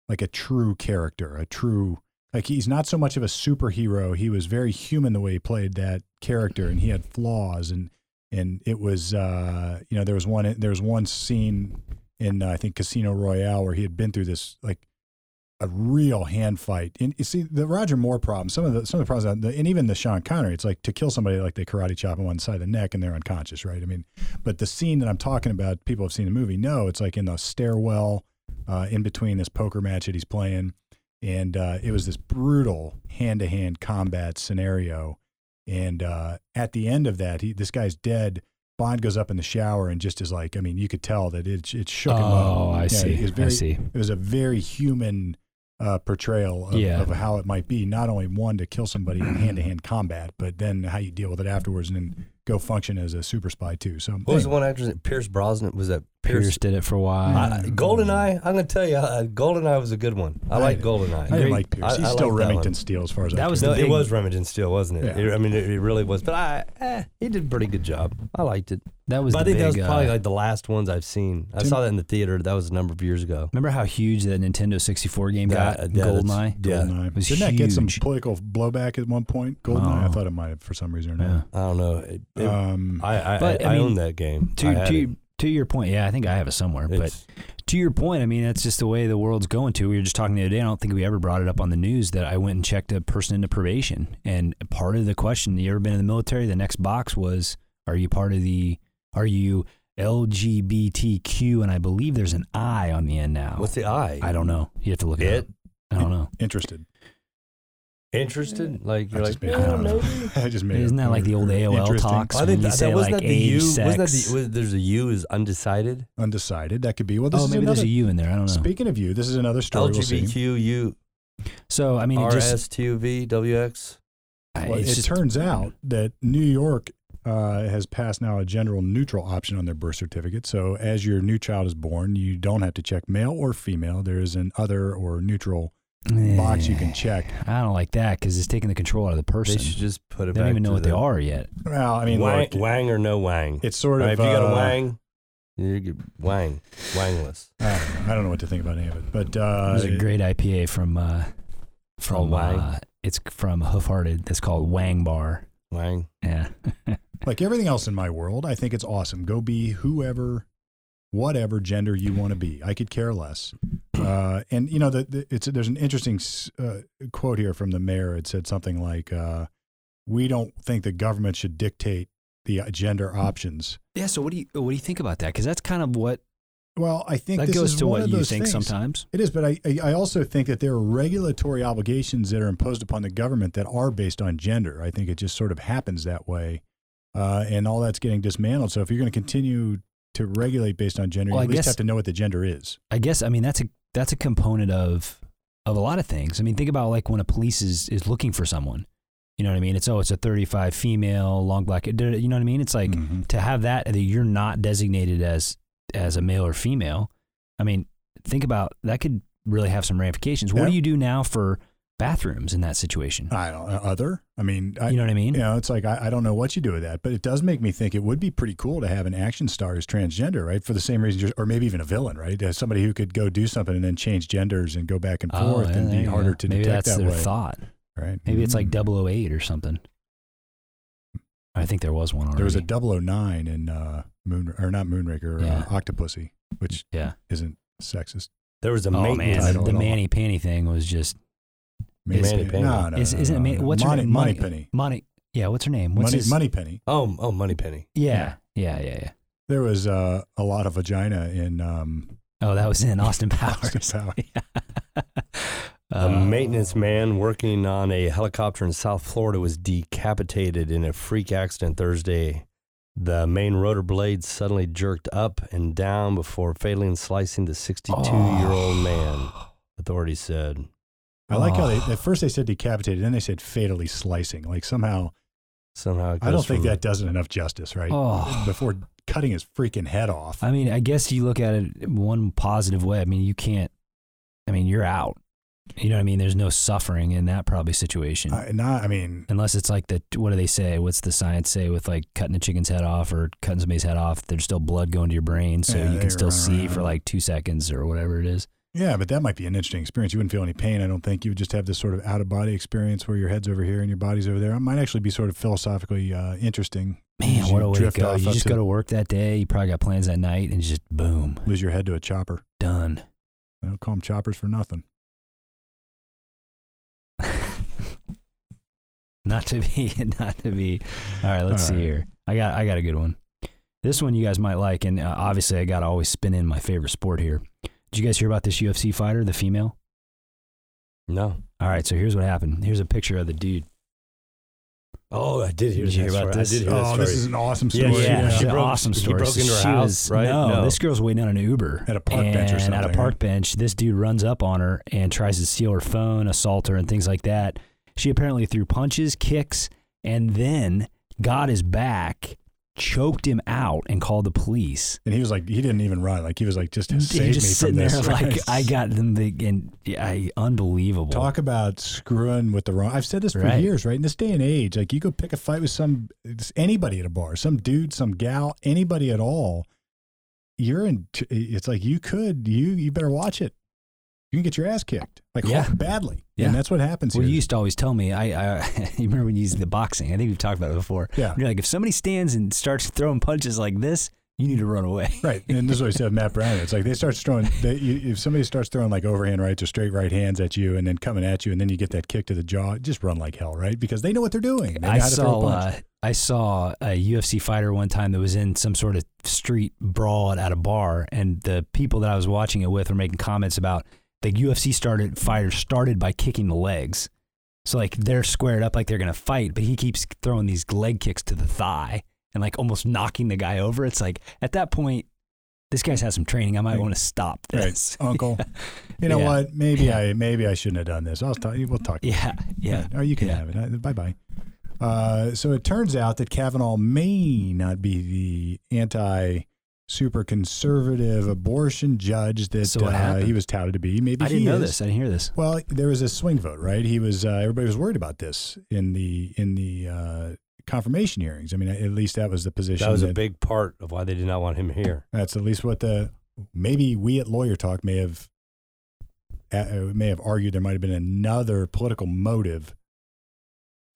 Speaker 1: like a true character, a true like he's not so much of a superhero. He was very human the way he played that character, and he had flaws, and and it was uh, you know there was one there was one scene in uh, I think Casino Royale where he had been through this like a real hand fight. And you see the Roger Moore problem, some of the some of the problems, and even the Sean Connery, it's like to kill somebody like they karate chop them on the side of the neck and they're unconscious, right? I mean, but the scene that I'm talking about, people have seen the movie. No, it's like in the stairwell, uh, in between this poker match that he's playing, and uh, it was this brutal hand to hand combat scenario. And uh, at the end of that, he, this guy's dead. Bond goes up in the shower and just is like, I mean, you could tell that it it shook him up.
Speaker 2: Oh, I
Speaker 1: Yeah,
Speaker 2: see.
Speaker 1: It was
Speaker 2: I
Speaker 1: very
Speaker 2: see.
Speaker 1: it was a very human uh, portrayal of,
Speaker 2: Yeah.
Speaker 1: of how it might be not only one to kill somebody in hand-to-hand combat but then how you deal with it afterwards and then go function as a super spy too so
Speaker 3: What was the one actor? Pierce Brosnan was that
Speaker 2: Pierce,
Speaker 3: Pierce?
Speaker 2: did it for a while.
Speaker 3: Uh, Goldeneye. I'm gonna tell you, uh, Goldeneye was a good one. I,
Speaker 1: I-
Speaker 3: like
Speaker 1: I
Speaker 3: Goldeneye.
Speaker 1: didn't
Speaker 2: Great.
Speaker 1: like Pierce
Speaker 3: I-
Speaker 1: he's
Speaker 3: I
Speaker 1: still
Speaker 3: like that
Speaker 1: Remington
Speaker 3: one.
Speaker 1: Steele as far as I
Speaker 2: That was
Speaker 1: can
Speaker 3: No,
Speaker 2: the
Speaker 3: it
Speaker 2: big-
Speaker 3: was Remington Steele, wasn't it?
Speaker 1: Yeah.
Speaker 3: It- I mean, it, it really was. But I, eh, he did a pretty good job. I liked it.
Speaker 2: that was.
Speaker 3: but I
Speaker 2: the
Speaker 3: think that was
Speaker 2: big,
Speaker 3: probably
Speaker 2: uh,
Speaker 3: like the last ones I've seen. I saw that in the theater. That was a number of years ago.
Speaker 2: Remember how huge that Nintendo 64 game
Speaker 3: That-
Speaker 2: got?
Speaker 3: yeah, that's-
Speaker 2: Goldeneye.
Speaker 3: Yeah,
Speaker 1: Goldeneye.
Speaker 2: was
Speaker 1: didn't that get some
Speaker 2: huge.
Speaker 1: political blowback at one point Goldeneye I
Speaker 2: Oh.
Speaker 1: thought it might have for some reason or
Speaker 2: Yeah.
Speaker 1: not
Speaker 3: I don't know. It- it-
Speaker 1: um,
Speaker 3: I, I,
Speaker 2: But,
Speaker 3: I,
Speaker 2: I mean,
Speaker 3: own that game. I
Speaker 2: To
Speaker 3: had it.
Speaker 2: to to your point, yeah, I think I have it somewhere. But
Speaker 3: It's-
Speaker 2: to your point, I mean, that's just the way the world's going to. We were just talking the other day. I don't think we ever brought it up on the news that I went and checked a person into probation. And part of the question, you ever been in the military? The next box was, are you part of the, are you LGBTQ? And I believe there's an I on the end now.
Speaker 3: what's the eye?
Speaker 2: I don't know. You have to look it,
Speaker 3: it
Speaker 2: up. I don't know.
Speaker 1: interested
Speaker 3: interested? Like you're
Speaker 1: I
Speaker 3: like,
Speaker 1: just made
Speaker 3: "Yeah,
Speaker 1: I don't know.
Speaker 3: maybe."
Speaker 1: <laughs> I just made
Speaker 2: Isn't
Speaker 1: it
Speaker 2: that like the old AOL
Speaker 1: Interesting.
Speaker 2: talks?
Speaker 3: I
Speaker 2: when
Speaker 3: think
Speaker 2: you
Speaker 3: that,
Speaker 2: say,
Speaker 3: that wasn't
Speaker 2: like,
Speaker 3: that the
Speaker 2: age,
Speaker 3: U. Wasn't that
Speaker 2: sex.
Speaker 3: the was, there's a U is undecided?
Speaker 1: undecided that could be well this
Speaker 2: oh,
Speaker 1: is
Speaker 2: maybe
Speaker 1: another
Speaker 2: there's a U in there. I don't know.
Speaker 1: speaking of you this is another story we'll see.
Speaker 3: LGBTQ U
Speaker 2: so I mean, it
Speaker 3: R
Speaker 2: just
Speaker 3: S T U V W X.
Speaker 2: I-
Speaker 1: Well, it
Speaker 2: Uh, it's just
Speaker 1: turns out that New York uh, has passed now a general neutral option on their birth certificate. So as your new child is born, you don't have to check male or female. There is an other or neutral box you can check.
Speaker 2: I don't like that because it's taking the control out of the person.
Speaker 3: They should just put it
Speaker 2: They don't
Speaker 3: back
Speaker 2: even know
Speaker 3: to
Speaker 2: what
Speaker 3: the,
Speaker 2: they are yet.
Speaker 1: Well, I mean,
Speaker 3: wang,
Speaker 1: look,
Speaker 3: wang or no wang.
Speaker 1: it's sort of.
Speaker 3: Right, if you got
Speaker 1: uh,
Speaker 3: a wang, you get wang, wangless.
Speaker 1: I don't know. I don't know what to think about any of it, but uh,
Speaker 2: There's a great IPA from uh, from
Speaker 3: Wang?
Speaker 2: uh, it's from Hoofhearted. That's called Wang Bar.
Speaker 3: Wang.
Speaker 2: Yeah, <laughs>
Speaker 1: like everything else in my world, I think it's awesome. Go be whoever, whatever gender you want to be. I could care less. Uh, and you know, the, the, it's there's an interesting s- uh, quote here from the mayor. It said something like, uh, "We don't think the government should dictate the uh, gender options."
Speaker 2: yeah. So what do you what do you think about that? Because that's kind of what
Speaker 1: Well, I think
Speaker 2: that
Speaker 1: this
Speaker 2: goes
Speaker 1: is
Speaker 2: to
Speaker 1: one
Speaker 2: what
Speaker 1: of
Speaker 2: you
Speaker 1: those
Speaker 2: think
Speaker 1: things.
Speaker 2: sometimes.
Speaker 1: It is, but I, I I also think that there are regulatory obligations that are imposed upon the government that are based on gender. I think it just sort of happens that way, uh, and all that's getting dismantled. So if you're going to continue to regulate based on gender, you
Speaker 2: Well, I
Speaker 1: at least
Speaker 2: guess-
Speaker 1: have to know what the gender is.
Speaker 2: I guess I mean that's a that's a component of of a lot of things. I mean, think about like when a police is is looking for someone. You know what I mean? It's oh, it's a 35 female, long black. You know what I mean? It's like
Speaker 1: Mhm.
Speaker 2: to have that that you're not designated as as a male or female. I mean, think about that could really have some ramifications. What
Speaker 1: Yeah.
Speaker 2: do you do now for bathrooms in that situation?
Speaker 1: I don't know, other. I mean, I,
Speaker 2: you know what I mean?
Speaker 1: you know, it's like I, I don't know what you do with that, but it does make me think it would be pretty cool to have an action star who's transgender, right? For the same reason, you're- or maybe even a villain, right? As somebody who could go do something and then change genders and go back and
Speaker 2: Oh,
Speaker 1: forth and
Speaker 2: yeah,
Speaker 1: be
Speaker 2: yeah.
Speaker 1: harder to
Speaker 2: Maybe
Speaker 1: detect
Speaker 2: that's
Speaker 1: that
Speaker 2: their
Speaker 1: way,
Speaker 2: thought.
Speaker 1: right?
Speaker 2: Maybe it's like
Speaker 1: Mm.
Speaker 2: 008 or something. I think there was one already.
Speaker 1: There was a 009 in uh, Moon or not Moonraker,
Speaker 2: Yeah.
Speaker 1: uh, Octopussy, which
Speaker 2: yeah.
Speaker 1: isn't sexist.
Speaker 3: There was a
Speaker 2: oh
Speaker 3: maintenance.
Speaker 2: man,
Speaker 1: title
Speaker 2: the
Speaker 1: at all.
Speaker 2: Manny Panny thing was just. Is-
Speaker 1: Manny
Speaker 3: Manny
Speaker 1: No,
Speaker 3: Penny.
Speaker 1: no,
Speaker 2: is,
Speaker 1: no,
Speaker 2: isn't it
Speaker 1: no,
Speaker 2: Manny?
Speaker 1: no.
Speaker 2: What's
Speaker 1: uh, Money,
Speaker 2: her name?
Speaker 1: Money Penny?
Speaker 2: Money. Yeah. What's her name? What's
Speaker 1: Money,
Speaker 2: his?
Speaker 1: Money Penny.
Speaker 3: Oh, oh, Money Penny.
Speaker 2: Yeah. Yeah. Yeah. Yeah.
Speaker 1: There was uh, a lot of vagina in um,
Speaker 2: <laughs> Oh, that was in Austin Powers.
Speaker 1: <laughs>
Speaker 2: Uh,
Speaker 1: Austin Power.
Speaker 3: a maintenance man working on a helicopter in South Florida was decapitated in a freak accident Thursday. The main rotor blade suddenly jerked up and down before fatally and slicing the 62 year
Speaker 1: Oh.
Speaker 3: old man, authorities said.
Speaker 1: I like how
Speaker 2: Oh.
Speaker 1: they at first they said decapitated, then they said fatally slicing. Like somehow,
Speaker 3: Somehow, it
Speaker 1: I don't
Speaker 3: goes
Speaker 1: think
Speaker 3: from-
Speaker 1: that does it enough justice, right?
Speaker 2: Oh.
Speaker 1: Before cutting his freaking head off.
Speaker 2: I mean, I guess you look at it one positive way. I mean, you can't. I mean, you're out. You know what I mean? There's no suffering in that probably situation,
Speaker 1: I, not, I mean,
Speaker 2: unless it's like the what do they say? What's the science say with like cutting a chicken's head off or cutting somebody's head off? There's still blood going to your brain, so
Speaker 1: Yeah,
Speaker 2: you
Speaker 1: they
Speaker 2: can still
Speaker 1: run
Speaker 2: see for
Speaker 1: around.
Speaker 2: like two seconds or whatever it is.
Speaker 1: Yeah, but that might be an interesting experience. You wouldn't feel any pain, I don't think. You would just have this sort of out of body experience where your head's over here and your body's over there. It might actually be sort of philosophically uh, interesting.
Speaker 2: Man,
Speaker 1: As
Speaker 2: what
Speaker 1: you
Speaker 2: a way to
Speaker 1: drift
Speaker 2: go!
Speaker 1: off
Speaker 2: You
Speaker 1: up
Speaker 2: just
Speaker 1: to-
Speaker 2: go to work that day. You probably got plans that night, and just boom,
Speaker 1: Lose your head to a chopper.
Speaker 2: done.
Speaker 1: They don't call them choppers for nothing.
Speaker 2: Not to be, <laughs> not to be. All right, let's
Speaker 1: All
Speaker 2: see
Speaker 1: right.
Speaker 2: here. I got, I got a good one. This one you guys might like, and uh, obviously I gotta always spin in my favorite sport here. Did you guys hear about this UFC fighter, the female?
Speaker 3: No.
Speaker 2: All right, so here's what happened. Here's a picture of the dude.
Speaker 3: Oh, I did hear,
Speaker 2: Did you
Speaker 3: that
Speaker 2: hear about
Speaker 3: story.
Speaker 2: this?
Speaker 3: I did hear that
Speaker 1: Oh,
Speaker 3: story.
Speaker 1: this is an awesome
Speaker 3: Yeah,
Speaker 1: story.
Speaker 3: she-
Speaker 2: yeah,
Speaker 3: she
Speaker 2: it's an
Speaker 3: broke-
Speaker 2: awesome
Speaker 3: he
Speaker 1: <laughs>
Speaker 2: story.
Speaker 3: broke
Speaker 2: So
Speaker 3: into her
Speaker 2: she
Speaker 3: house,
Speaker 2: was-
Speaker 3: right?
Speaker 2: No,
Speaker 3: No.
Speaker 2: this girl's waiting on an Uber
Speaker 1: At a park bench or
Speaker 2: And At a
Speaker 1: something,
Speaker 2: park bench, this dude runs up on her and tries to steal her phone, assault her, and things like that. She apparently threw punches, kicks, and then got his back, choked him out, and called the police.
Speaker 1: And he was like, he didn't even run. Like he was like, just
Speaker 2: He
Speaker 1: save
Speaker 2: just
Speaker 1: me
Speaker 2: sitting
Speaker 1: from this. <laughs>
Speaker 2: there <laughs> like I got them the and yeah, I, unbelievable.
Speaker 1: Talk about screwing with the wrong. I've said this for
Speaker 2: Right.
Speaker 1: years, right? In this day and age, like you go pick a fight with some it's anybody at a bar, some dude, some gal, anybody at all. You're in. t- It's like you could. You you better watch it. You can get your ass kicked, like
Speaker 2: Yeah.
Speaker 1: hard- badly,
Speaker 2: Yeah.
Speaker 1: and that's what happens
Speaker 2: Well,
Speaker 1: here.
Speaker 2: you used to always tell me. I, <laughs> I you remember when you used the boxing? I think we've talked about it before.
Speaker 1: Yeah.
Speaker 2: You're like, if somebody stands and starts throwing punches like this, you need to run away.
Speaker 1: <laughs> Right, and this is what I said, with Matt Brown. It's like they start throwing. They, you, if somebody starts throwing like overhand rights or straight right hands at you, and then coming at you, and then you get that kick to the jaw, just run like hell, right? Because they know what they're doing. They know
Speaker 2: I
Speaker 1: how to throw a
Speaker 2: saw
Speaker 1: punch.
Speaker 2: uh, I saw a UFC fighter one time that was in some sort of street brawl at a bar, and the people that I was watching it with were making comments about the UFC started fighter started by kicking the legs. So like they're squared up like they're gonna fight, but he keeps throwing these leg kicks to the thigh and like almost knocking the guy over. It's like at that point, this guy's had some training. I might
Speaker 1: Right.
Speaker 2: want to stop
Speaker 1: right, Oh.
Speaker 2: this.
Speaker 1: Uncle. You know
Speaker 2: Yeah.
Speaker 1: what? Maybe I maybe I shouldn't have done this. I'll tell you. We'll talk.
Speaker 2: <laughs> Yeah, yeah.
Speaker 1: Oh, you can
Speaker 2: Yeah.
Speaker 1: have it. Bye bye. Uh, so it turns out that Kavanaugh may not be the anti super conservative abortion judge that
Speaker 2: So what
Speaker 1: uh,
Speaker 2: happened?
Speaker 1: he was touted to be. Maybe
Speaker 2: I
Speaker 1: he
Speaker 2: didn't know
Speaker 1: is.
Speaker 2: this. I didn't hear this.
Speaker 1: Well, there was a swing vote, right? He was uh, everybody was worried about this in the in the uh, confirmation hearings. I mean, at least that was the position.
Speaker 3: that was a big part of why they did not want him here.
Speaker 1: That's at least what the maybe we at Lawyer Talk may have uh, may have argued there might have been another political motive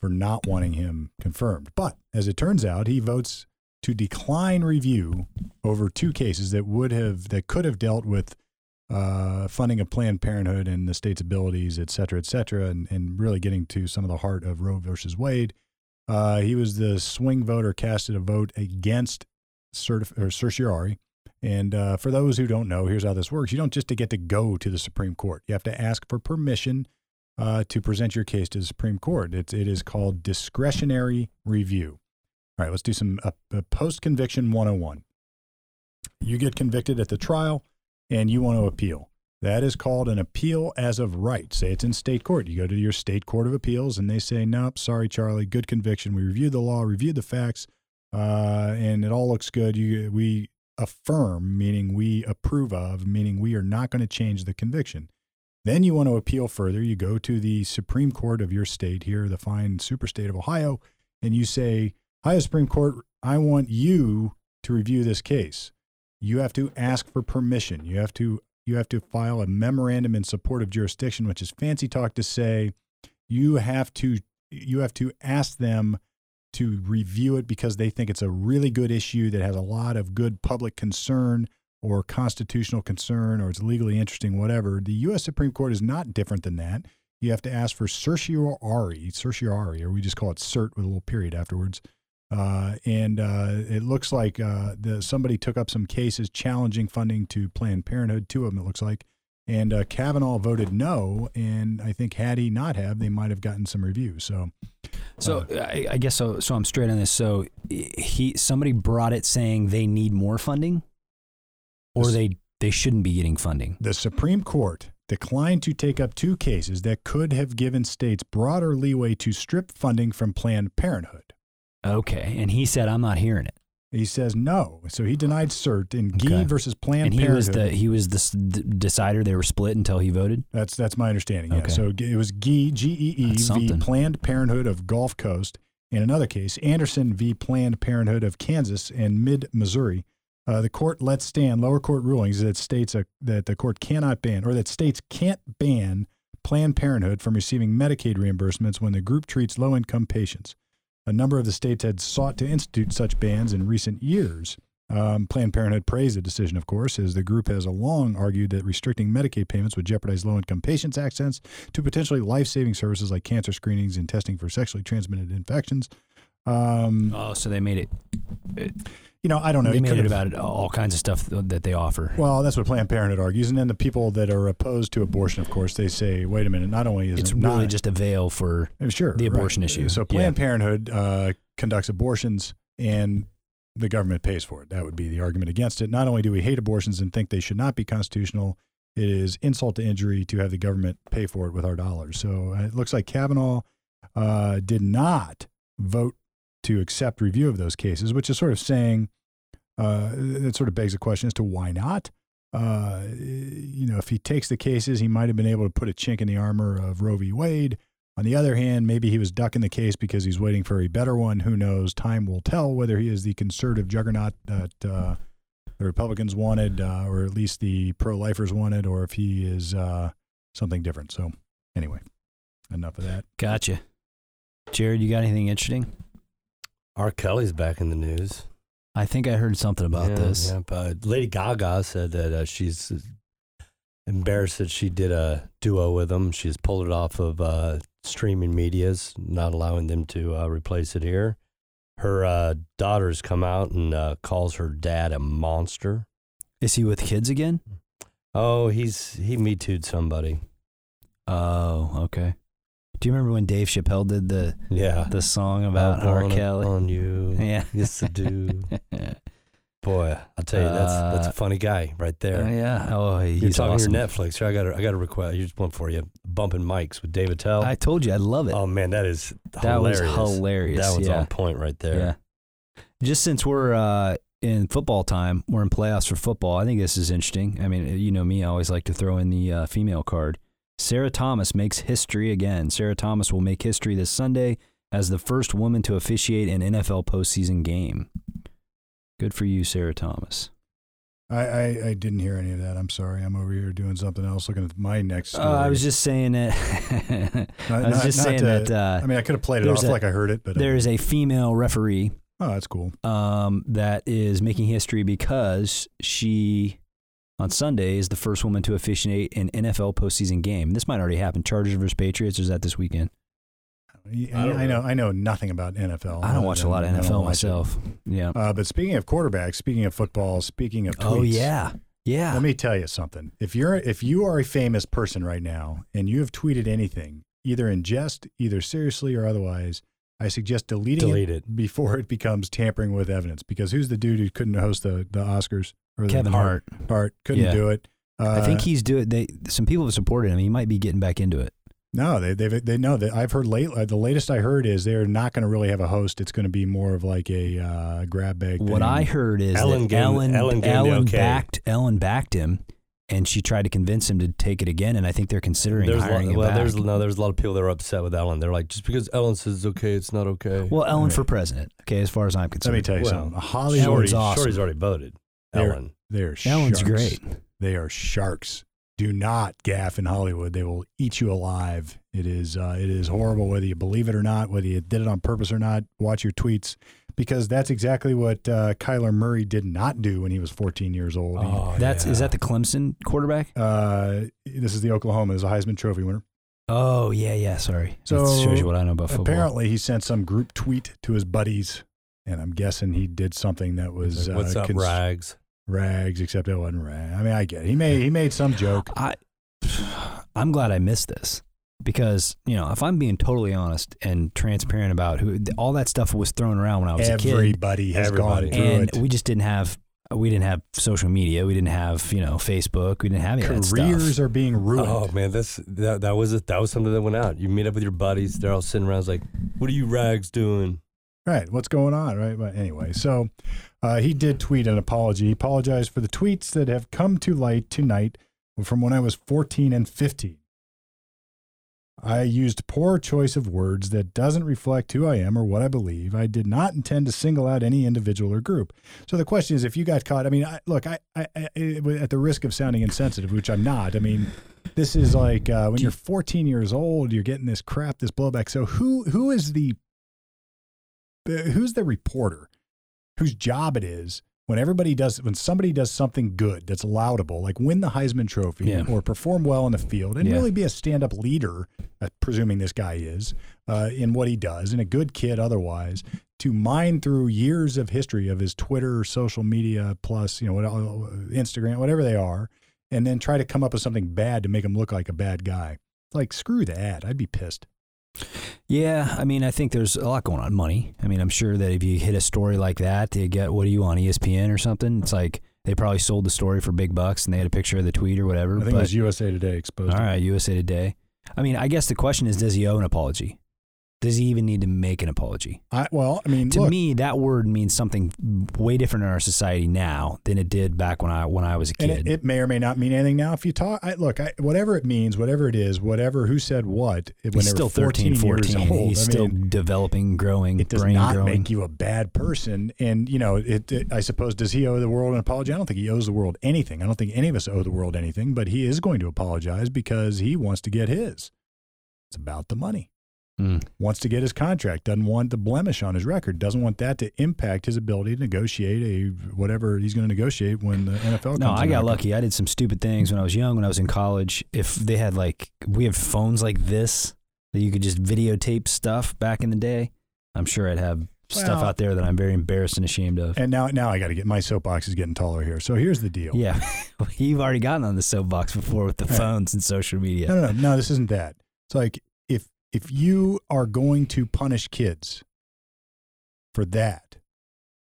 Speaker 1: for not wanting him confirmed. But as it turns out, he votes to decline review over two cases that would have that could have dealt with uh, funding of Planned Parenthood and the state's abilities, et cetera, et cetera, and, and really getting to some of the heart of Roe versus Wade. Uh, he was the swing voter casted a vote against certif- or certiorari. And uh, for those who don't know, here's how this works: you don't just get to go to the Supreme Court; you have to ask for permission uh, to present your case to the Supreme Court. It's it is called discretionary review. All right, let's do some uh, uh, post conviction 101. You get convicted at the trial and you want to appeal. That is called an appeal as of right. Say it's in state court. You go to your state court of appeals and they say, nope, sorry, Charlie, good conviction. We reviewed the law, reviewed the facts, uh, and it all looks good. You, we affirm, meaning we approve of, meaning we are not going to change the conviction. Then you want to appeal further. You go to the Supreme Court of your state here, the fine super state of Ohio, and you say, Ohio Supreme Court, I want you to review this case. You have to ask for permission. You have to you have to file a memorandum in support of jurisdiction, which is fancy talk to say you have to you have to ask them to review it because they think it's a really good issue that has a lot of good public concern or constitutional concern or it's legally interesting, whatever. The U.S. Supreme Court is not different than that. You have to ask for certiorari, certiorari, or we just call it cert with a little period afterwards. Uh, and uh, it looks like uh, the, somebody took up some cases challenging funding to Planned Parenthood, two of them, it looks like. And uh, Kavanaugh voted no. And I think had he not have, they might have gotten some review. So
Speaker 2: So
Speaker 1: Uh-huh.
Speaker 2: I, I guess so. So I'm straight on this. So he somebody brought it saying they need more funding, or
Speaker 1: This-
Speaker 2: they they shouldn't be getting funding.
Speaker 1: The Supreme Court declined to take up two cases that could have given states broader leeway to strip funding from Planned Parenthood.
Speaker 2: Okay, and he said I'm not hearing it.
Speaker 1: He says no, so he denied cert in Gee
Speaker 2: Okay.
Speaker 1: versus Planned
Speaker 2: And he was
Speaker 1: Parenthood.
Speaker 2: the he was the s- d- decider. They were split until he voted.
Speaker 1: that's that's my understanding. Yeah.
Speaker 2: Okay.
Speaker 1: So G- it was Gee G E E
Speaker 2: That's
Speaker 1: v
Speaker 2: something.
Speaker 1: Planned Parenthood of Gulf Coast. In another case, Anderson v. Planned Parenthood of Kansas and Mid Missouri. Uh, the court let stand lower court rulings that states a, that the court cannot ban or that states can't ban Planned Parenthood from receiving Medicaid reimbursements when the group treats low income patients. A number of the states had sought to institute such bans in recent years. Uh, Um, Planned Parenthood praised the decision, of course, as the group has long argued that restricting Medicaid payments would jeopardize low income patients' access to potentially life saving services like cancer screenings and testing for sexually transmitted infections. Um,
Speaker 2: Oh, so they made it.
Speaker 1: you know, I don't know.
Speaker 2: they
Speaker 1: It
Speaker 2: made it
Speaker 1: could've-
Speaker 2: about it, all kinds of stuff th- that they offer.
Speaker 1: Well, that's what Planned Parenthood argues, and then the people that are opposed to abortion, of course, they say, "Wait a minute! Not only is
Speaker 2: it's
Speaker 1: it
Speaker 2: really
Speaker 1: not,
Speaker 2: just a veil for.
Speaker 1: Uh, sure
Speaker 2: the abortion issue.
Speaker 1: So
Speaker 2: Yeah.
Speaker 1: Planned Parenthood uh, conducts abortions, and the government pays for it. That would be the argument against it. Not only do we hate abortions and think they should not be constitutional, it is insult to injury to have the government pay for it with our dollars. So uh, it looks like Kavanaugh uh, did not vote to accept review of those cases, which is sort of saying uh, it sort of begs the question as to why not. Uh, you know, if he takes the cases, he might have been able to put a chink in the armor of Roe v. Wade. On the other hand, maybe he was ducking the case because he's waiting for a better one. Who knows? Time will tell whether he is the conservative juggernaut that uh, the Republicans wanted, uh, or at least the pro-lifers wanted, or if he is uh, something different. So, anyway, enough of that.
Speaker 2: Gotcha. Jared, you got anything interesting?
Speaker 3: R. Kelly's back in the news
Speaker 2: I think I heard something about
Speaker 3: Yeah,
Speaker 2: this.
Speaker 3: yeah, but Lady Gaga said that uh, she's embarrassed that she did a duo with him. She's pulled it off of uh, streaming medias, not allowing them to uh, replace it here. Her uh, daughter's come out and uh, calls her dad a monster.
Speaker 2: Is he with kids again?
Speaker 3: Oh, he's he me too'd somebody.
Speaker 2: Oh, okay. Do you remember when Dave Chappelle did the
Speaker 3: Yeah,
Speaker 2: the song about
Speaker 3: I
Speaker 2: R.
Speaker 3: want it
Speaker 2: Kelly?
Speaker 3: on you. <laughs>
Speaker 2: Yeah.
Speaker 3: Yes, I do. <laughs> Boy, I'll tell you, that's that's
Speaker 2: Uh,
Speaker 3: a funny guy right there.
Speaker 2: Oh, yeah. <laughs> Oh, he's
Speaker 3: You're talking
Speaker 2: awesome.
Speaker 3: your Netflix. Here, I got a, I got a request. Here's one for you. Bumping mics with David Tell.
Speaker 2: I told you, I love it.
Speaker 3: oh man, that is
Speaker 2: that
Speaker 3: hilarious.
Speaker 2: was hilarious.
Speaker 3: That one's
Speaker 2: yeah.
Speaker 3: on point right there.
Speaker 2: Yeah. Just since we're uh, in football time, we're in playoffs for football. I think this is interesting. I mean, you know me, I always like to throw in the uh, female card. Sarah Thomas makes history again. Sarah Thomas will make history this Sunday as the first woman to officiate an NFL postseason game. Good for you, Sarah Thomas.
Speaker 1: I, I, I didn't hear any of that. I'm sorry. I'm over here doing something else, looking at my next. Story.
Speaker 2: Oh, I was just saying that. <laughs>
Speaker 1: Not-
Speaker 2: I was
Speaker 1: not-
Speaker 2: just
Speaker 1: not
Speaker 2: saying
Speaker 1: to-
Speaker 2: that uh,
Speaker 1: I mean, I could have played it
Speaker 2: there's
Speaker 1: off
Speaker 2: a-
Speaker 1: like I heard it, but uh,
Speaker 2: there is a female referee
Speaker 1: oh, that's cool.
Speaker 2: um, that is making history because she, on Sunday, is the first woman to officiate an NFL postseason game. This might already happen. Chargers versus Patriots is that this weekend.
Speaker 1: I,
Speaker 3: I don't
Speaker 1: I know
Speaker 3: know.
Speaker 1: I know nothing about NFL.
Speaker 2: I don't watch a lot of
Speaker 1: I don't
Speaker 2: NFL
Speaker 1: watch it.
Speaker 2: myself. Yeah.
Speaker 1: Uh, but speaking of quarterbacks, speaking of football, speaking of tweets,
Speaker 2: Oh yeah, yeah.
Speaker 1: Let me tell you something. If you're if you are a famous person right now and you have tweeted anything, either in jest, either seriously or otherwise, I suggest deleting
Speaker 3: Delete
Speaker 1: it, before it becomes tampering with evidence. Because who's the dude who couldn't host the, the Oscars? Or the
Speaker 2: Kevin Hart.
Speaker 1: Hart couldn't
Speaker 2: Yeah.
Speaker 1: do it. Uh,
Speaker 2: I think he's doing. They some people have supported him. He might be getting back into it.
Speaker 1: No, they they they know that I've heard late. Uh, the latest I heard is they're not going to really have a host. It's going to be more of like a uh, grab bag.
Speaker 2: What
Speaker 1: thing.
Speaker 2: I heard is
Speaker 3: Ellen
Speaker 2: that
Speaker 3: gave-
Speaker 2: Ellen
Speaker 3: Ellen gave the okay.
Speaker 2: backed Ellen backed him, and she tried to convince him to take it again. And I think they're considering
Speaker 3: There's a
Speaker 2: hiring
Speaker 3: lot,
Speaker 2: him
Speaker 3: well,
Speaker 2: back.
Speaker 3: there's no, there's a lot of people that are upset with Ellen. They're like, just because Ellen says it's okay, it's not okay.
Speaker 2: well, Ellen
Speaker 1: Right.
Speaker 2: for president. Okay, as far as I'm
Speaker 1: let
Speaker 2: concerned.
Speaker 1: me tell you
Speaker 3: Well,
Speaker 1: something. Holly
Speaker 2: Ellen's
Speaker 1: Shorty,
Speaker 2: awesome.
Speaker 3: Shorty's already voted.
Speaker 1: They're-
Speaker 3: Ellen.
Speaker 1: they're
Speaker 2: Ellen's
Speaker 1: sharks.
Speaker 2: great.
Speaker 1: They are sharks. Do not gaff in Hollywood. They will eat you alive. It is uh, it is horrible whether you believe it or not, whether you did it on purpose or not. Watch your tweets because that's exactly what uh, Kyler Murray did not do when he was 14 years old. He-
Speaker 2: Oh, That's is that the Clemson quarterback?
Speaker 1: uh, this is the Oklahoma. Is a Heisman Trophy winner.
Speaker 2: Oh yeah, yeah. Sorry.
Speaker 1: So,
Speaker 2: it shows you what I know about football.
Speaker 1: Apparently, he sent some group tweet to his buddies, and I'm guessing he did something that was uh,
Speaker 3: What's up,
Speaker 1: cons-
Speaker 3: rags?
Speaker 1: rags. Except it wasn't rags. I mean, I get it. he made he made some joke.
Speaker 2: I I'm glad I missed this because you know if I'm being totally honest and transparent about who all that stuff was thrown around when I was a kid,
Speaker 1: Everybody has
Speaker 3: Everybody.
Speaker 1: gone through
Speaker 2: and
Speaker 1: it.
Speaker 2: we just didn't have we didn't have social media, we didn't have you know Facebook, we didn't have any of that
Speaker 1: Careers
Speaker 2: stuff.
Speaker 1: are being ruined.
Speaker 3: Oh man, that's that, that was it. That was something that went out. You meet up with your buddies. They're all sitting around. It's like, what are you rags doing?
Speaker 1: Right. What's going on? Right. But anyway, so uh, he did tweet an apology. He apologized for the tweets that have come to light tonight from when I was 14 and 15. I used poor choice of words that doesn't reflect who I am or what I believe. I did not intend to single out any individual or group. So the question is, if you got caught, I mean, I, look, I, I, I, at the risk of sounding insensitive, which I'm not. I mean, this is like uh, when you're 14 years old, you're getting this crap, this blowback. So who, who is the the- who's the reporter whose job it is when everybody does when somebody does something good that's laudable, like win the Heisman Trophy
Speaker 2: Yeah.
Speaker 1: or perform well in the field and
Speaker 2: Yeah.
Speaker 1: really be a stand-up leader, uh, presuming this guy is uh, in what he does and a good kid otherwise. To mine through years of history of his Twitter, social media, plus you know what, all- Instagram, whatever they are, and then try to come up with something bad to make him look like a bad guy. Like screw that, I'd be pissed.
Speaker 2: Yeah, I mean, I think there's a lot going on. Money. I mean, I'm sure that if you hit a story like that, you get what are you on E ESPN or something? It's like they probably sold the story for big bucks, and they had a picture of the tweet or whatever.
Speaker 1: I think
Speaker 2: but,
Speaker 1: it was USA Today exposed.
Speaker 2: all
Speaker 1: it.
Speaker 2: right, USA Today. I mean, I guess the question is, does he owe an apology? Does he even need to make an apology?
Speaker 1: I, well, I mean,
Speaker 2: To
Speaker 1: look,
Speaker 2: me, that word means something way different in our society now than it did back when I when I was a
Speaker 1: and
Speaker 2: kid.
Speaker 1: it, it may or may not mean anything now. If you talk, I, look, I, whatever it means, whatever it is, whatever who said what, it, when
Speaker 2: He's
Speaker 1: they
Speaker 2: still
Speaker 1: were
Speaker 2: 13,
Speaker 1: 14,
Speaker 2: 14.
Speaker 1: years old,
Speaker 2: He's
Speaker 1: I
Speaker 2: still
Speaker 1: mean,
Speaker 2: developing, growing,
Speaker 1: it does
Speaker 2: brain
Speaker 1: not
Speaker 2: growing.
Speaker 1: make you a bad person. And you know, it, it- I suppose does he owe the world an apology? I don't think he owes the world anything. I don't think any of us owe the world anything. But he is going to apologize because he wants to get his. It's about the money.
Speaker 2: Mm.
Speaker 1: Wants to get his contract. Doesn't want the blemish on his record. Doesn't want that to impact his ability to negotiate a whatever he's going to negotiate when the NFL.
Speaker 2: No,
Speaker 1: comes
Speaker 2: I
Speaker 1: around.
Speaker 2: got lucky. I did some stupid things when I was young, when I was in college. If they had like, we had phones like this that you could just videotape stuff back in the day, I'm sure I'd have stuff
Speaker 1: Well-
Speaker 2: out there that I'm very embarrassed and ashamed of.
Speaker 1: And now, now I got to get my soapbox is getting taller here. So here's the deal.
Speaker 2: Yeah. <laughs> You've already gotten on the soapbox before with the
Speaker 1: Right.
Speaker 2: phones and social media.
Speaker 1: No, no, no, no. This isn't that. It's like if if you are going to punish kids for that,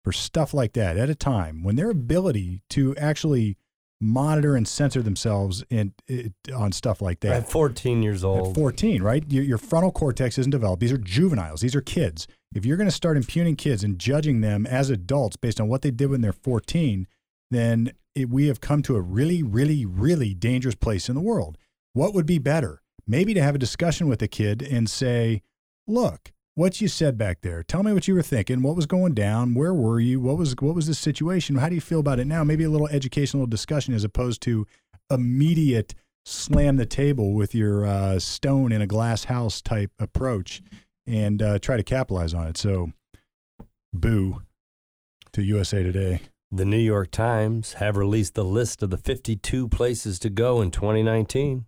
Speaker 1: for stuff like that, at a time when their ability to actually monitor and censor themselves in, it, on stuff like that
Speaker 3: At 14 years
Speaker 1: at
Speaker 3: old,
Speaker 1: 14, right? Your, your frontal cortex isn't developed. These are juveniles. These are kids. If you're going to start impugning kids and judging them as adults based on what they did when they're 14, then it, we have come to a really, really, really dangerous place in the world. What would be better? Maybe to have a discussion with a kid and say, look, what you said back there. Tell me what you were thinking. What was going down? Where were you? What was what was the situation? How do you feel about it now? Maybe a little educational discussion as opposed to immediate slam the table with your uh, stone in a glass house type approach and uh, try to capitalize on it. So, boo to USA Today.
Speaker 3: the New York Times have released the list of the 52 places to go in 2019.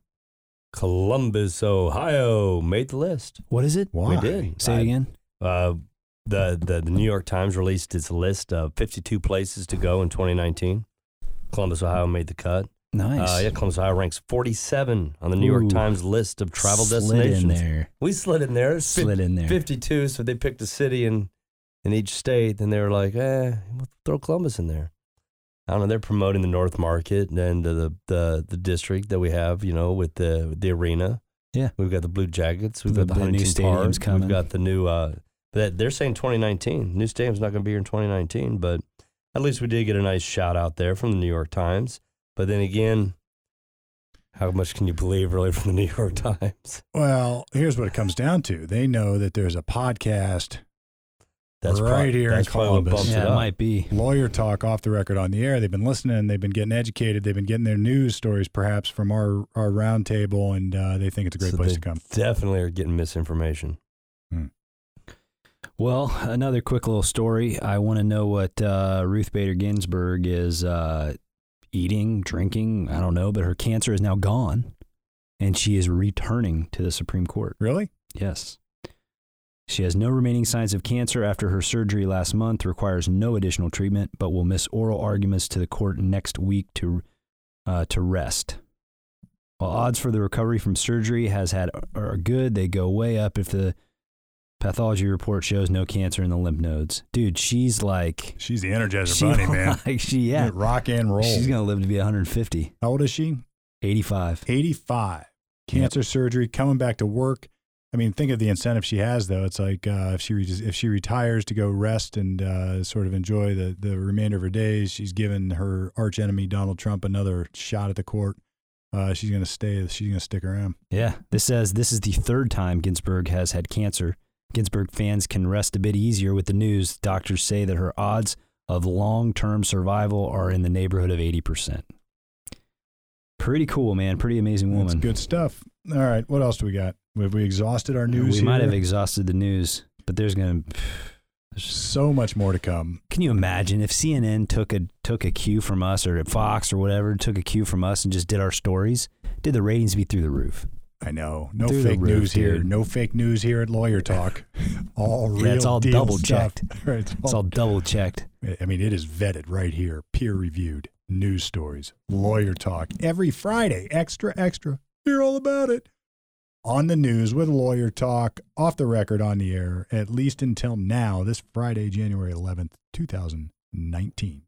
Speaker 3: Columbus, Ohio made the list.
Speaker 2: What is it?
Speaker 1: Why?
Speaker 3: We did.
Speaker 2: Say
Speaker 3: I-
Speaker 2: it again.
Speaker 3: Uh, the, the, the New York Times released its list of 52 places to go in 2019. Columbus, Ohio made the cut.
Speaker 2: Nice.
Speaker 3: Uh, yeah, Columbus, Ohio ranks 47 on the New York
Speaker 2: Ooh.
Speaker 3: Times list of travel
Speaker 2: Slid
Speaker 3: destinations.
Speaker 2: in there.
Speaker 3: We slid in there. It's fif-
Speaker 2: Slid in there.
Speaker 3: 52, so they picked a city in, in each state, and they were like, eh, we'll throw Columbus in there. I don't know. They're promoting the North Market and the the, the, the district that we have, you know, with the the arena.
Speaker 2: Yeah.
Speaker 3: we've got the Blue Jackets. We've got
Speaker 2: The-
Speaker 3: the,
Speaker 2: the new
Speaker 3: Huntington
Speaker 2: stadium's
Speaker 3: Park.
Speaker 2: coming.
Speaker 3: We've got the new. Uh, that they're saying 2019. New stadium's not going to be here in 2019, but at least we did get a nice shout out there from the New York Times. But then again, how much can you believe really from the New York <laughs> Times?
Speaker 1: Well, here's what it comes down to. They know that there's a podcast,
Speaker 3: prob-
Speaker 1: Right here in
Speaker 3: that's probably what
Speaker 1: Columbus.
Speaker 3: bumps
Speaker 2: Yeah,
Speaker 3: it
Speaker 2: it
Speaker 3: up.
Speaker 2: might be.
Speaker 1: lawyer talk off the record on the air. They've been listening, they've been getting educated, they've been getting their news stories perhaps from our, our round table, and uh, they think it's a great
Speaker 3: So
Speaker 1: place
Speaker 3: they
Speaker 1: to come.
Speaker 3: Definitely are getting misinformation.
Speaker 2: Well, another quick little story. I want to know what uh, Ruth Bader Ginsburg is uh, eating, drinking. I don't know, but her cancer is now gone, and she is returning to the Supreme Court.
Speaker 1: Really?
Speaker 2: Yes. She has no remaining signs of cancer after her surgery last month, requires no additional treatment, but will miss oral arguments to the court next week to, uh, to rest. While odds for the recovery from surgery has had are good, they go way up if the pathology report shows no cancer in the lymph nodes. Dude, she's like,
Speaker 1: She's the Energizer
Speaker 2: she, <laughs>
Speaker 1: Bunny, man.
Speaker 2: like she yeah,
Speaker 1: Rock and roll.
Speaker 2: she's gonna live to be 150,
Speaker 1: How old is she?
Speaker 2: 85.
Speaker 1: 85 cancer surgery coming back to work i mean think of the incentive she has though it's like uh, if she re- if she retires to go rest and uh, sort of enjoy the, the remainder of her days she's given her arch enemy donald trump another shot at the court uh, she's going to stay she's going to stick around
Speaker 2: Yeah. This says this is the third time Ginsburg has had cancer. Ginsburg fans can rest a bit easier with the news. Doctors say that her odds of long term survival are in the neighborhood of 80%. Pretty cool, man. Pretty amazing woman.
Speaker 1: that's good stuff all right what else do we got have we exhausted our news
Speaker 2: Uh, we might
Speaker 1: here?
Speaker 2: have exhausted the news, but there's going to.
Speaker 1: So much more to come.
Speaker 2: Can you imagine if CNN took a took a cue from us or Fox or whatever took a cue from us and just did our stories? Did the ratings be through the roof?
Speaker 1: I know. No
Speaker 2: Through the
Speaker 1: fake
Speaker 2: roof,
Speaker 1: news here.
Speaker 2: dude.
Speaker 1: No fake news here at Lawyer
Speaker 2: <laughs>
Speaker 1: Talk. All real.
Speaker 2: Yeah, it's all
Speaker 1: deal
Speaker 2: double
Speaker 1: stuff. <laughs> Right, it's
Speaker 2: It's
Speaker 1: all-
Speaker 2: all double checked.
Speaker 1: I mean, it is vetted right here, peer reviewed news stories, Lawyer Talk every Friday. Extra, extra. Hear all about it on the news with Lawyer Talk, off the record, on the air, at least until now, this Friday, January 11th, 2019.